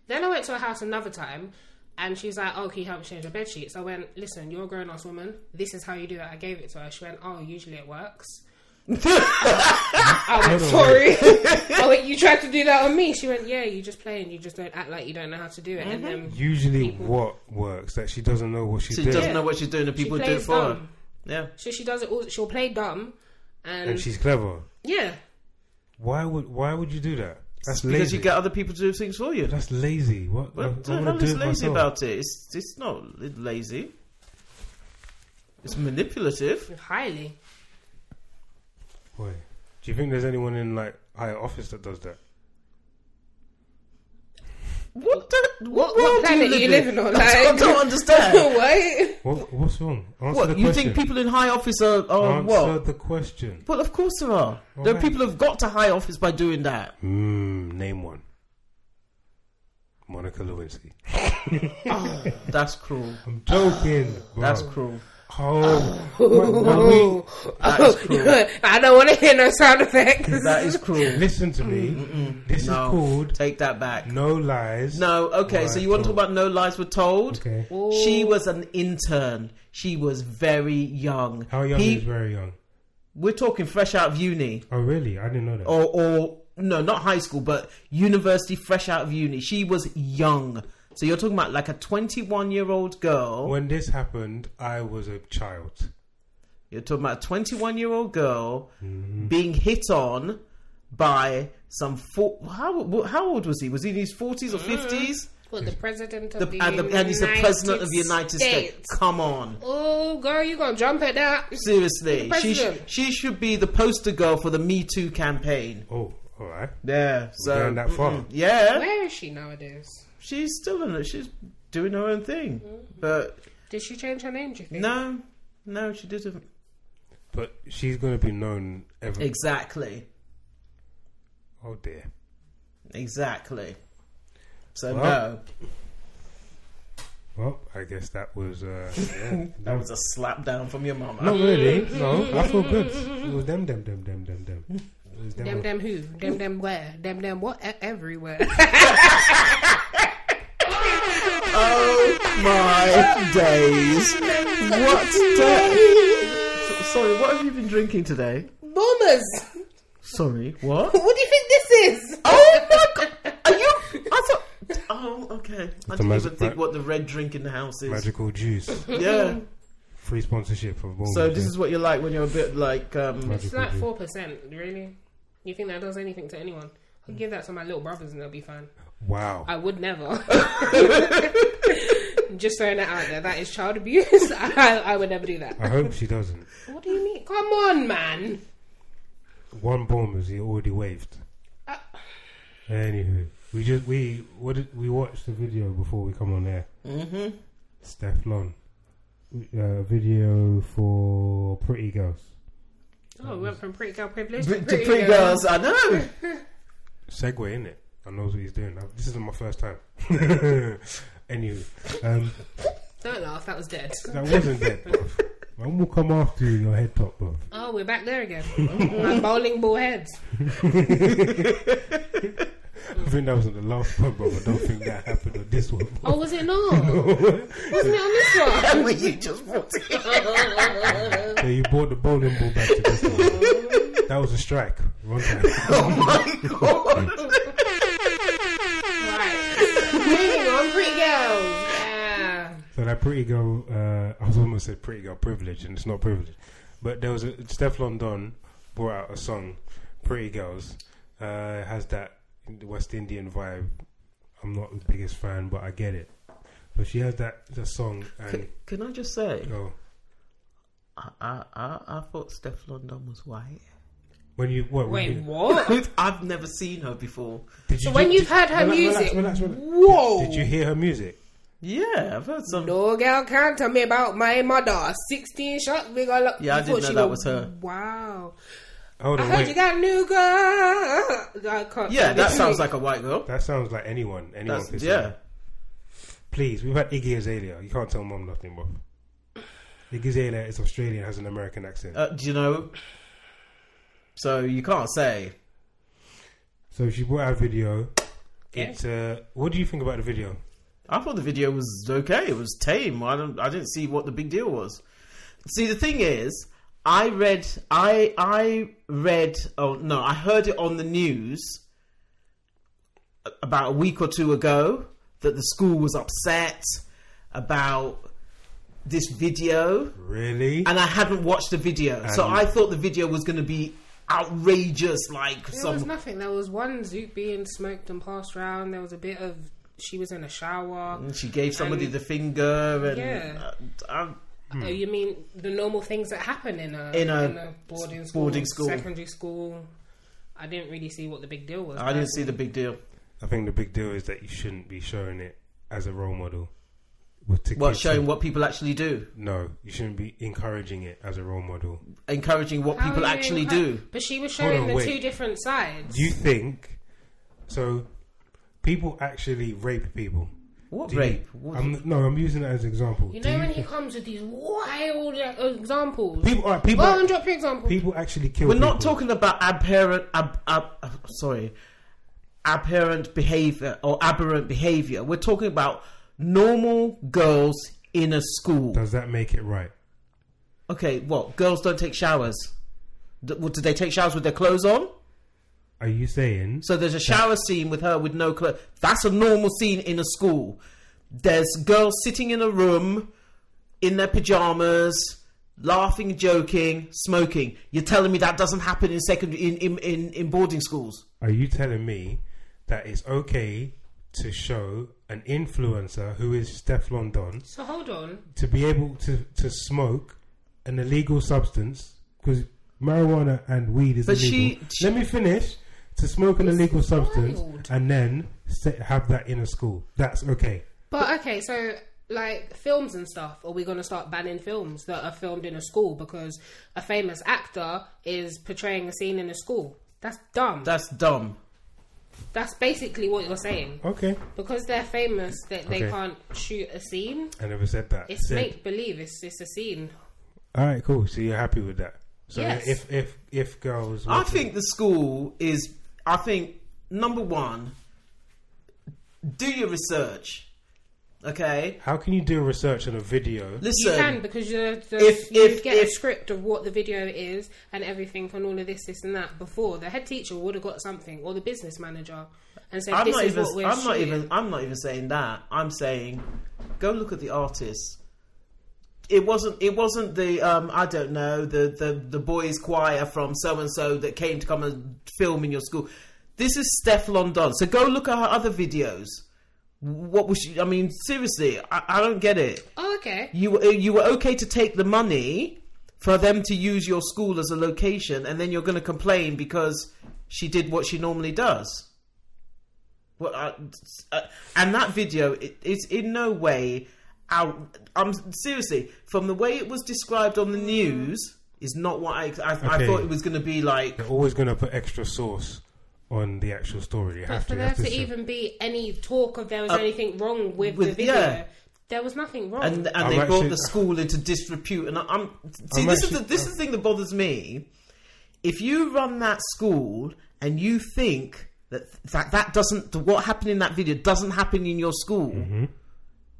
Speaker 4: Then I went to her house another time, and she's like, "Oh, can you help me change the bed sheets?" I went, "Listen, you're a grown ass woman. This is how you do it." I gave it to her. She went, "Oh, usually it works." I went, "Sorry." I went, "Oh, "You tried to do that on me." She went, "Yeah, you just play and you just don't act like you don't know how to do it." And then
Speaker 2: Usually, what works that she doesn't know what she's
Speaker 3: [laughs] She
Speaker 2: doing,
Speaker 3: doesn't know what she's doing, and
Speaker 4: she
Speaker 3: people do it
Speaker 4: plays
Speaker 3: for her.
Speaker 4: dumb.
Speaker 3: Yeah.
Speaker 4: So she does it all. She'll play dumb, and,
Speaker 2: and she's clever.
Speaker 4: yeah,
Speaker 2: Why would Why would you do that? That's
Speaker 3: Because
Speaker 2: lazy.
Speaker 3: you get other people to do things for you.
Speaker 2: That's lazy. What? I,
Speaker 3: What the
Speaker 2: I
Speaker 3: hell
Speaker 2: want to do
Speaker 3: is
Speaker 2: it
Speaker 3: lazy
Speaker 2: myself.
Speaker 3: about it? It's, it's not li- lazy. It's manipulative.
Speaker 4: highly.
Speaker 2: Boy, do you think there's anyone in like higher office that does that?
Speaker 3: What the, what,
Speaker 4: What, what
Speaker 3: world do
Speaker 4: planet are you living
Speaker 3: in? [laughs]
Speaker 4: on?
Speaker 3: I
Speaker 4: Like, [laughs]
Speaker 3: don't understand.
Speaker 4: what?
Speaker 2: What What's wrong? Answer the
Speaker 3: what, you
Speaker 2: question.
Speaker 3: think people in high office are, are
Speaker 2: Answer
Speaker 3: what?
Speaker 2: the question.
Speaker 3: Well, of course there are. There are
Speaker 2: Alright.
Speaker 3: people who've got to high office by doing that.
Speaker 2: Hmm. Name one. Monica Lewinsky.
Speaker 3: That's cruel.
Speaker 2: I'm
Speaker 3: [sighs]
Speaker 2: joking. bro.
Speaker 3: That's cruel.
Speaker 2: Oh, what- are we-
Speaker 4: [laughs]
Speaker 3: That is cruel.
Speaker 4: I don't want to hear no sound effects.
Speaker 3: That is cruel.
Speaker 2: listen to me. This is
Speaker 3: Mm, No.
Speaker 2: called
Speaker 3: Take that back.
Speaker 2: No Lies.
Speaker 3: No, okay, so
Speaker 2: Right,
Speaker 3: you want to
Speaker 2: cool.
Speaker 3: talk about No Lies Were Told?
Speaker 2: Okay.
Speaker 3: She was an intern. She was very young.
Speaker 2: How young
Speaker 3: He-
Speaker 2: is very young?
Speaker 3: We're talking fresh out of uni.
Speaker 2: Oh, really? I didn't know that.
Speaker 3: Or, or, no, not high school, but university fresh out of uni. She was young. So you're talking about like a 21 year old girl.
Speaker 2: When this happened, I was a child.
Speaker 3: You're talking about a 21 year old girl
Speaker 2: Mm-hmm.
Speaker 3: being hit on by some four, how how old was he? Was he in his 40s or 50s?
Speaker 4: [laughs] What, the president of
Speaker 3: The-
Speaker 4: Mm-hmm. the,
Speaker 3: and, the, and he's the president of the United States. Come on,
Speaker 4: Oh, girl, you gonna jump at that?
Speaker 3: seriously,
Speaker 4: The
Speaker 3: she sh-
Speaker 4: president.
Speaker 3: she should be the poster girl for the Me Too campaign.
Speaker 2: Oh, all right.
Speaker 3: Yeah, so
Speaker 2: going that far.
Speaker 3: mm-mm. yeah,
Speaker 4: Where is she nowadays?
Speaker 3: she's still in it. She's doing her own thing,
Speaker 4: Mm-hmm.
Speaker 3: but
Speaker 4: Did she change her name? Do you think?
Speaker 3: no, no, she didn't.
Speaker 2: But she's going to be known ever.
Speaker 3: Exactly,
Speaker 2: oh, dear.
Speaker 3: exactly. So
Speaker 2: Well.
Speaker 3: no,
Speaker 2: Well, I guess that was. Uh, yeah.
Speaker 3: that was a slap down from your
Speaker 2: [laughs]
Speaker 3: mama.
Speaker 2: Not
Speaker 4: [laughs]
Speaker 2: really. No, I feel good. It was them, them, them, them, them, them. It was them.
Speaker 4: Them, them who? Them, them where? Them, them what? E-
Speaker 3: [laughs]
Speaker 4: everywhere.
Speaker 3: Oh my days. What day? S- Sorry, what have you been drinking today?
Speaker 4: Boomers.
Speaker 3: Sorry, what?
Speaker 4: What do you think this is?
Speaker 3: [laughs] Oh my god! Are you. I thought. Oh, okay. I didn't
Speaker 2: magic
Speaker 3: even think
Speaker 2: ma-
Speaker 3: what the red drink in the house is.
Speaker 2: Magical juice.
Speaker 3: Yeah.
Speaker 2: Free sponsorship for Bournemouth.
Speaker 3: So this is what you're like when you're a bit like. um
Speaker 4: It's like four percent, really. You think that does anything to anyone?
Speaker 2: Hmm.
Speaker 4: I'll give that to my little brothers and they'll be fine.
Speaker 2: Wow.
Speaker 4: I would never. [laughs] Just throwing it out there. That is child abuse. [laughs] I, I would never do that.
Speaker 2: I hope she doesn't.
Speaker 4: What do you mean? Come on, man.
Speaker 2: One bomb is he already waved.
Speaker 4: Uh.
Speaker 2: Anywho, we just we what did, we watched the video before we come on air.
Speaker 3: Mm-hmm.
Speaker 2: Steph Lon, uh, video for Pretty Girls.
Speaker 4: Oh, we went from pretty girl privilege to
Speaker 3: To
Speaker 4: pretty,
Speaker 3: pretty
Speaker 4: girl.
Speaker 3: girls, I [laughs] know.
Speaker 2: Segue in it. I knows what he's doing. now. This isn't my first time. [laughs] Anywho, um,
Speaker 4: Don't laugh. That was dead.
Speaker 2: that wasn't dead, bruv. Man will come after you in your head top, bruv.
Speaker 4: Oh, we're back there again. [laughs] My bowling ball heads.
Speaker 2: I think that was on the last one, bruv. I don't think that happened on this one.
Speaker 4: Oh, was
Speaker 2: [laughs]
Speaker 4: it not? Wasn't it on this
Speaker 3: And when you just walked in. [laughs]
Speaker 4: one?
Speaker 2: So you brought the bowling ball back to this one. That was a strike. Wrong time.
Speaker 3: Oh my god.
Speaker 4: right. Moving on, pretty girls. Yeah.
Speaker 2: So that pretty girl, uh, I was almost said pretty girl privilege, and it's not privilege. But there was a Steph London brought out a song, "Pretty Girls," uh, it has that West Indian vibe. I'm not the biggest fan, but I get it. But she has that that song, and
Speaker 3: [laughs]
Speaker 2: oh.
Speaker 3: Can, can I just say,
Speaker 2: go
Speaker 3: I, I, I, I thought Steph London was white. [laughs]
Speaker 2: when you what? when
Speaker 4: Wait,
Speaker 2: you-
Speaker 4: what?
Speaker 3: I've never seen her before.
Speaker 2: did
Speaker 4: So
Speaker 2: ju-
Speaker 4: when
Speaker 2: did-
Speaker 4: you've heard her
Speaker 2: relax,
Speaker 4: music,
Speaker 2: relax, relax, relax.
Speaker 4: whoa!
Speaker 2: Did you hear her music?
Speaker 3: Yeah, I've heard some.
Speaker 4: No girl can't tell me about my mother. Sixteen shot bigger. Look,
Speaker 3: Yeah, I
Speaker 4: You
Speaker 3: didn't
Speaker 4: thought
Speaker 3: know
Speaker 4: she
Speaker 3: that
Speaker 4: go-
Speaker 3: was her.
Speaker 4: Wow.
Speaker 2: Hold
Speaker 4: I
Speaker 2: on,
Speaker 4: heard
Speaker 2: wait.
Speaker 4: you got a new girl. I can't-
Speaker 3: Yeah, that sounds like a white girl.
Speaker 2: that sounds like anyone. Anyone
Speaker 3: That's,
Speaker 2: could say
Speaker 3: yeah.
Speaker 2: that. Please, we've had Iggy Azalea. You can't tell mom nothing, bro. Iggy Azalea is Australian, has an American accent.
Speaker 3: Uh, do you know? So you can't say.
Speaker 2: So she brought out a video.
Speaker 4: Okay.
Speaker 2: It's uh, what do you think about the video?
Speaker 3: I thought the video was okay. It was tame. I don't. I didn't see what the big deal was. See, the thing is, I read. I I read. Oh no, I heard it on the news about a week or two ago that the school was upset about this video.
Speaker 2: Really?
Speaker 3: and I hadn't watched the video, so
Speaker 2: And-
Speaker 3: I thought the video was going to be outrageous, like
Speaker 4: There was
Speaker 3: some.
Speaker 4: nothing. There was one zoot being smoked and passed round. There was a bit of she was in a shower.
Speaker 3: and [laughs] she gave somebody
Speaker 4: and-
Speaker 3: the finger, and
Speaker 4: Yeah.
Speaker 3: uh, um,
Speaker 4: Oh, you mean the normal things that happen in a
Speaker 3: In a
Speaker 4: boarding
Speaker 3: s-
Speaker 4: school,
Speaker 3: boarding school.
Speaker 4: secondary school? I didn't really see what the big deal was.
Speaker 3: I didn't see the big deal.
Speaker 2: I think the big deal is that you shouldn't be showing it as a role model. With to
Speaker 3: Well,
Speaker 2: kids.
Speaker 3: showing what people actually do,
Speaker 2: No, you shouldn't be encouraging it as a role model.
Speaker 3: encouraging what
Speaker 4: How
Speaker 3: people
Speaker 4: you-
Speaker 3: actually
Speaker 4: how-
Speaker 3: do.
Speaker 4: But she was
Speaker 2: Hold
Speaker 4: showing
Speaker 2: on,
Speaker 4: the
Speaker 2: wait.
Speaker 4: two different sides.
Speaker 2: Do you think so? People actually rape people.
Speaker 3: What
Speaker 2: Do you-
Speaker 3: rape? What-
Speaker 2: I'm, no, I'm using it as an example.
Speaker 4: You
Speaker 2: Do
Speaker 4: know
Speaker 2: you
Speaker 4: when he
Speaker 2: think-
Speaker 4: comes with these wild uh, examples.
Speaker 2: people, alright, people,
Speaker 4: Go and drop your example.
Speaker 2: people actually kill.
Speaker 3: We're not
Speaker 2: people.
Speaker 3: talking about aberrant, ab, ab, uh, sorry, aberrant behavior or aberrant behavior. We're talking about normal girls in a school.
Speaker 2: Does that make it right?
Speaker 3: Okay, what? Girls don't take showers. D- well, do they take showers with their clothes on?
Speaker 2: Are you saying
Speaker 3: So there's a shower scene with her with no clothes. That's a normal scene in a school. There's girls sitting in a room in their pajamas, laughing, joking, smoking. You're telling me that doesn't happen in secondary in in, in, in boarding schools?
Speaker 2: Are you telling me that it's okay to show an influencer who is Steph London
Speaker 4: So hold on.
Speaker 2: to be able to, to smoke an illegal substance because marijuana and weed is
Speaker 3: But
Speaker 2: illegal.
Speaker 3: she- she-
Speaker 2: Let me finish. To smoke an illegal substance
Speaker 4: wild.
Speaker 2: and then se- have that in a school. That's okay.
Speaker 4: But okay, so like films and stuff, are we going to start banning films that are filmed in a school because a famous actor is portraying a scene in a school? That's dumb.
Speaker 3: That's dumb.
Speaker 4: That's basically what you're saying.
Speaker 2: Okay.
Speaker 4: Because they're famous, that they
Speaker 2: Oh. Okay.
Speaker 4: can't shoot a scene.
Speaker 2: I never said that.
Speaker 4: It's
Speaker 2: Said-
Speaker 4: make believe. It's it's a scene.
Speaker 2: All right, cool. So you're happy with that? So
Speaker 4: Yes.
Speaker 2: if if if girls,
Speaker 3: I
Speaker 2: were to-
Speaker 3: think the school is. I think number one. Do your research, okay?
Speaker 2: how can you do research on a video?
Speaker 3: Listen,
Speaker 4: You can because you're, the,
Speaker 3: if-
Speaker 4: you
Speaker 3: if-
Speaker 4: get a
Speaker 3: if-
Speaker 4: script of what the video is and everything and all of this, this and that before the head teacher would have got something or the business manager and said,
Speaker 3: I'm
Speaker 4: "This
Speaker 3: not
Speaker 4: is
Speaker 3: even.
Speaker 4: what we're
Speaker 3: I'm not
Speaker 4: shooting."
Speaker 3: even. I'm not even saying that. I'm saying, go look at the artists. It wasn't. It wasn't the. Um, I don't know the the the boys' choir from so and so that came to come and film in your school. This is Steph London. So go look at her other videos. What was she? I mean, seriously, I, I don't get it.
Speaker 4: Oh, okay.
Speaker 3: You were- you were okay to take the money for them to use your school as a location, and then you're going to complain because she did what she normally does. Well, I, uh, and that video it, it's in no way out. I'm seriously from the way it was described on the news is not what I I, I
Speaker 2: Okay.
Speaker 3: thought it was going to be like.
Speaker 2: They're always going to put extra sauce on the actual story. You have
Speaker 4: For
Speaker 2: to.
Speaker 4: there
Speaker 2: have
Speaker 4: to
Speaker 2: show-
Speaker 4: even be any talk of there was anything wrong with, the
Speaker 3: Uh, with-
Speaker 4: video,
Speaker 3: yeah.
Speaker 4: there was nothing wrong.
Speaker 3: and and
Speaker 2: I'm
Speaker 3: they brought
Speaker 2: actually-
Speaker 3: the school into disrepute. And I- I'm see,
Speaker 2: I'm
Speaker 3: this is
Speaker 2: actually-
Speaker 3: the, this is the thing that bothers me. If you run that school and you think that that that doesn't what happened in that video doesn't happen in your school,
Speaker 2: Mm-hmm.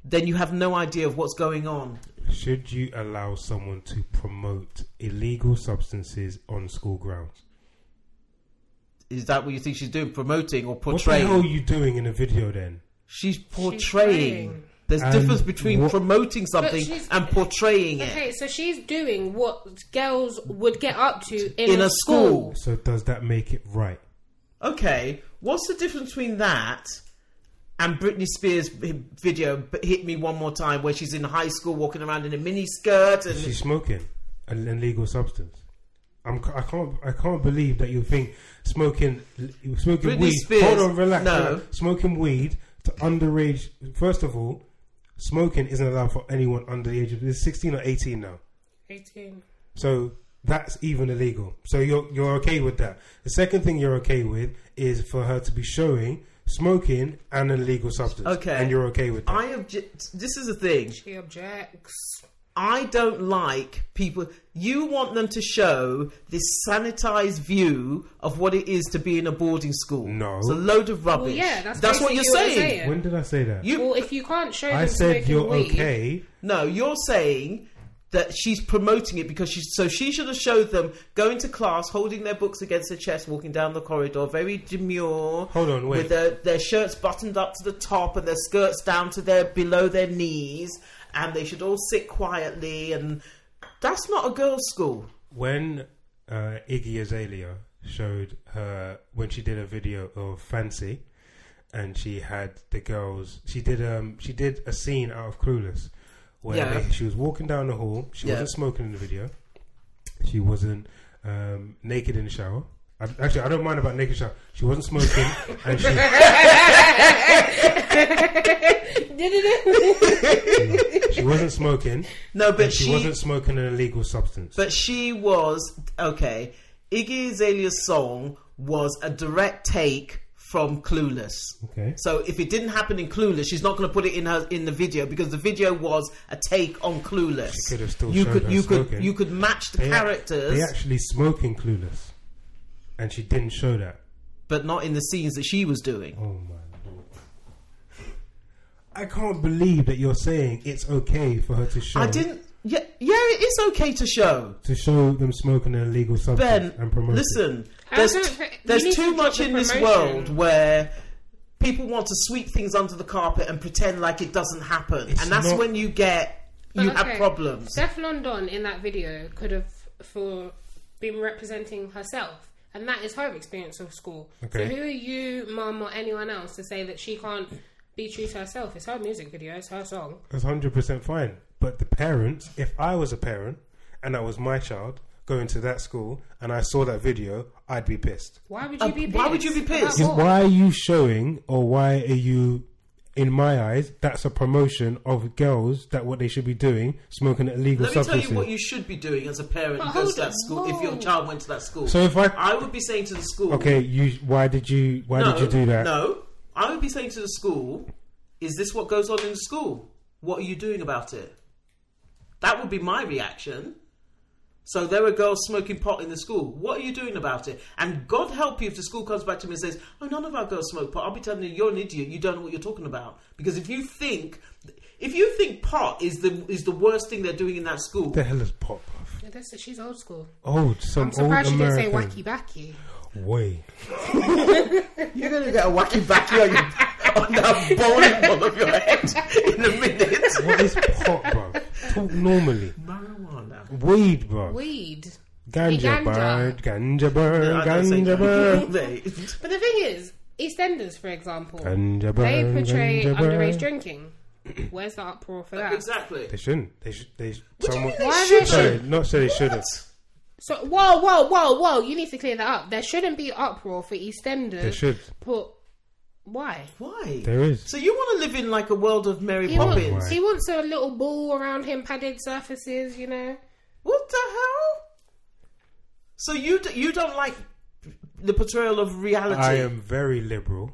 Speaker 3: then you have no idea of what's going on.
Speaker 2: Should you allow someone to promote illegal substances on school grounds?
Speaker 3: Is that what you think she's doing? Promoting or
Speaker 2: What the hell are
Speaker 3: portraying?
Speaker 2: you doing in a video then?
Speaker 3: She's portraying.
Speaker 4: portraying.
Speaker 3: There's
Speaker 2: And
Speaker 3: difference between
Speaker 2: what-
Speaker 3: promoting something
Speaker 4: she's-
Speaker 3: and portraying it
Speaker 4: okay, so she's doing what girls would get up to in,
Speaker 3: in a school.
Speaker 2: So does that make it right?
Speaker 3: okay, what's the difference between that and Britney Spears' vi- video "B- "Hit Me One More Time," where she's in high school walking around in a mini skirt and
Speaker 2: She's smoking an illegal substance. I'm, c- I can't. I can't believe that you think smoking smoking
Speaker 3: Britney
Speaker 2: weed.
Speaker 3: Spears,
Speaker 2: hold on, relax.
Speaker 3: no.
Speaker 2: relax. Smoking weed to underage. First of all, smoking isn't allowed for anyone under the age of it's 16 or 18 now.
Speaker 4: 18.
Speaker 2: So that's even illegal. So you're you're okay with that. The second thing you're okay with is for her to be showing smoking an illegal substance.
Speaker 3: Okay.
Speaker 2: and you're okay with that.
Speaker 3: I object. This is the thing.
Speaker 4: She objects.
Speaker 3: I don't like people. You want them to show this sanitized view of what it is to be in a boarding school.
Speaker 2: No.
Speaker 3: it's a load of rubbish.
Speaker 4: Well, yeah, that's,
Speaker 3: what
Speaker 4: basically
Speaker 3: you're
Speaker 4: what I'm
Speaker 3: saying.
Speaker 2: when did I say that?
Speaker 3: You
Speaker 4: Well, if you can't show them
Speaker 2: I said
Speaker 4: smoking
Speaker 2: you're
Speaker 4: weed,
Speaker 2: okay.
Speaker 3: No, you're saying that she's promoting it because she's so she should have showed them going to class, holding their books against their chest, walking down the corridor, very demure.
Speaker 2: Hold on, wait.
Speaker 3: With their, their shirts buttoned up to the top and their skirts down to their below their knees, and they should all sit quietly. And that's not a girls' school.
Speaker 2: when uh, Iggy Azalea showed her when she did a video of Fancy, and she had the girls. She did um she did a scene out of Clueless, where
Speaker 3: Yeah.
Speaker 2: they- she was walking down the hall. She
Speaker 3: Yeah.
Speaker 2: wasn't smoking in the video. She wasn't um, naked in the shower. I, actually, I don't mind about naked shower. She wasn't
Speaker 3: [laughs]
Speaker 2: smoking, and she [laughs] she wasn't smoking.
Speaker 3: No, but
Speaker 2: and she,
Speaker 3: she-
Speaker 2: wasn't smoking an illegal substance.
Speaker 3: But she was okay. Iggy Azalea's song was a direct take from Clueless.
Speaker 2: okay.
Speaker 3: So if it didn't happen in Clueless, she's not going to put it in her in the video because the video was a take on Clueless.
Speaker 2: She could have still
Speaker 3: you
Speaker 2: shown
Speaker 3: could
Speaker 2: her
Speaker 3: you
Speaker 2: smoking.
Speaker 3: could you could match the
Speaker 2: They ac-
Speaker 3: characters,
Speaker 2: They actually smoke in Clueless, and she didn't show that.
Speaker 3: but not in the scenes that she was doing.
Speaker 2: Oh my lord! I can't believe that you're saying it's okay for her to show.
Speaker 3: I didn't. Yeah, yeah, it is okay to show.
Speaker 2: to show them smoking an illegal substance
Speaker 3: Ben,
Speaker 2: and promote. It.
Speaker 3: listen.
Speaker 4: How
Speaker 3: There's
Speaker 4: can-
Speaker 3: t-
Speaker 4: you need
Speaker 3: there's
Speaker 4: to
Speaker 3: too
Speaker 4: drop
Speaker 3: much
Speaker 4: the
Speaker 3: in this
Speaker 4: promotion.
Speaker 3: world where people want to sweep things under the carpet and pretend like it doesn't happen,
Speaker 2: It's
Speaker 3: and that's
Speaker 2: not-
Speaker 3: when you get
Speaker 4: But
Speaker 3: you
Speaker 4: okay,
Speaker 3: have problems.
Speaker 4: Steph London in that video could have for been representing herself, and that is her experience of school.
Speaker 2: Okay.
Speaker 4: So who are you, mum, or anyone else to say that she can't be true to herself? It's her music video, it's her song.
Speaker 2: That's hundred percent fine. But the parents, if I was a parent and that was my child going to that school and I saw that video, I'd be pissed.
Speaker 4: Why would you
Speaker 3: Uh,
Speaker 4: be? Pissed?
Speaker 3: why would you be
Speaker 4: about
Speaker 3: pissed?
Speaker 2: Is-
Speaker 4: what?
Speaker 2: why are you showing or why are you in my eyes that's a promotion of girls that what they should be doing smoking illegal
Speaker 3: Let me tell
Speaker 2: substances
Speaker 3: you what you should be doing as a parent
Speaker 4: But
Speaker 3: who goes to
Speaker 4: hold
Speaker 3: that school
Speaker 4: on,
Speaker 3: if your
Speaker 4: no.
Speaker 3: child went to that school.
Speaker 2: so if i
Speaker 3: I would be saying to the school,
Speaker 2: okay you why did you why
Speaker 3: no,
Speaker 2: did you do that
Speaker 3: No, I would be saying to the school, is this what goes on in the school? What are you doing about it? That would be my reaction. So there are girls smoking pot in the school. What are you doing about it? And God help you if the school comes back to me and says, "Oh, none of our girls smoke pot." I'll be telling you, you're an idiot. You don't know what you're talking about. Because if you think, if you think pot is the is the worst thing they're doing in that school,
Speaker 2: the hell is pop off
Speaker 4: Yeah, that's it, she's old school.
Speaker 2: old some
Speaker 4: I'm surprised
Speaker 2: old
Speaker 4: she didn't say
Speaker 2: american
Speaker 4: wacky backy.
Speaker 2: way
Speaker 3: You're going to get a wacky backy on, your, [laughs] on that bowling ball of your head in a minute.
Speaker 2: what is pop bro talk normally
Speaker 3: Marijuana.
Speaker 2: weed bro
Speaker 4: Weed.
Speaker 2: Ganja
Speaker 4: Ganja.
Speaker 2: bird, ganja bird,
Speaker 3: I don't say
Speaker 2: ganja
Speaker 3: [laughs]
Speaker 2: bird.
Speaker 3: that.
Speaker 4: But the thing is, EastEnders, for example,
Speaker 2: Ganja bird,
Speaker 4: they portray
Speaker 2: ganja
Speaker 4: underage
Speaker 2: bird.
Speaker 4: drinking. Where's the uproar for that?
Speaker 3: exactly.
Speaker 2: They shouldn't. They should. They should.
Speaker 3: What do you
Speaker 2: Someone,
Speaker 3: mean they
Speaker 4: Why
Speaker 3: should?
Speaker 4: they
Speaker 2: sorry, not say they shouldn't.
Speaker 4: So whoa, whoa, whoa, whoa! You need to clear that up. There shouldn't be uproar for EastEnders.
Speaker 2: They should.
Speaker 4: But why?
Speaker 3: Why?
Speaker 2: There is.
Speaker 3: So you want to live in like a world of Mary
Speaker 4: He
Speaker 3: Poppins?
Speaker 4: wants, he wants a little ball around him, padded surfaces. You know.
Speaker 3: What the hell? So you d- you don't like the portrayal of reality?
Speaker 2: I am very liberal.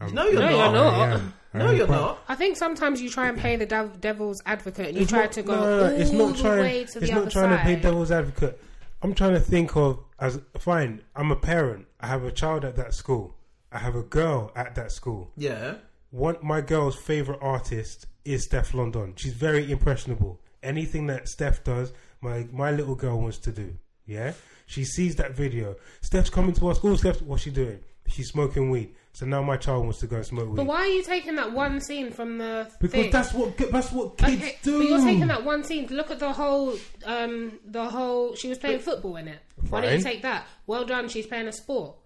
Speaker 2: I'm
Speaker 3: No, you're
Speaker 4: No,
Speaker 3: not.
Speaker 4: you're
Speaker 2: I
Speaker 4: not.
Speaker 2: am. I
Speaker 3: No,
Speaker 2: am
Speaker 3: you're
Speaker 2: quite-
Speaker 3: not.
Speaker 4: I think sometimes you try and play the dev- devil's advocate and you
Speaker 2: It's
Speaker 4: try
Speaker 2: not-
Speaker 4: to go
Speaker 2: no, no, no,
Speaker 4: all
Speaker 2: it's not
Speaker 4: the
Speaker 2: trying,
Speaker 4: way to
Speaker 2: it's
Speaker 4: the
Speaker 2: not
Speaker 4: other
Speaker 2: trying
Speaker 4: side.
Speaker 2: to play devil's advocate. I'm trying to think of as fine. I'm a parent. I have a child at that school. I have a girl at that school.
Speaker 3: Yeah.
Speaker 2: One my girl's favorite artist is Steph London. She's very impressionable. Anything that Steph does, my my little girl wants to do. Yeah, she sees that video. Steph's coming to our school. Steph, what's she doing? She's smoking weed. So now my child wants to go and smoke weed.
Speaker 4: But why are you taking that one scene from the
Speaker 2: Because
Speaker 4: thing?
Speaker 2: that's what ki- that's what kids do.
Speaker 4: But you're taking that one scene. Look at the whole, um, the whole. She was playing football in it. Why don't you
Speaker 2: Fine.
Speaker 4: take that? Well done. She's playing a sport.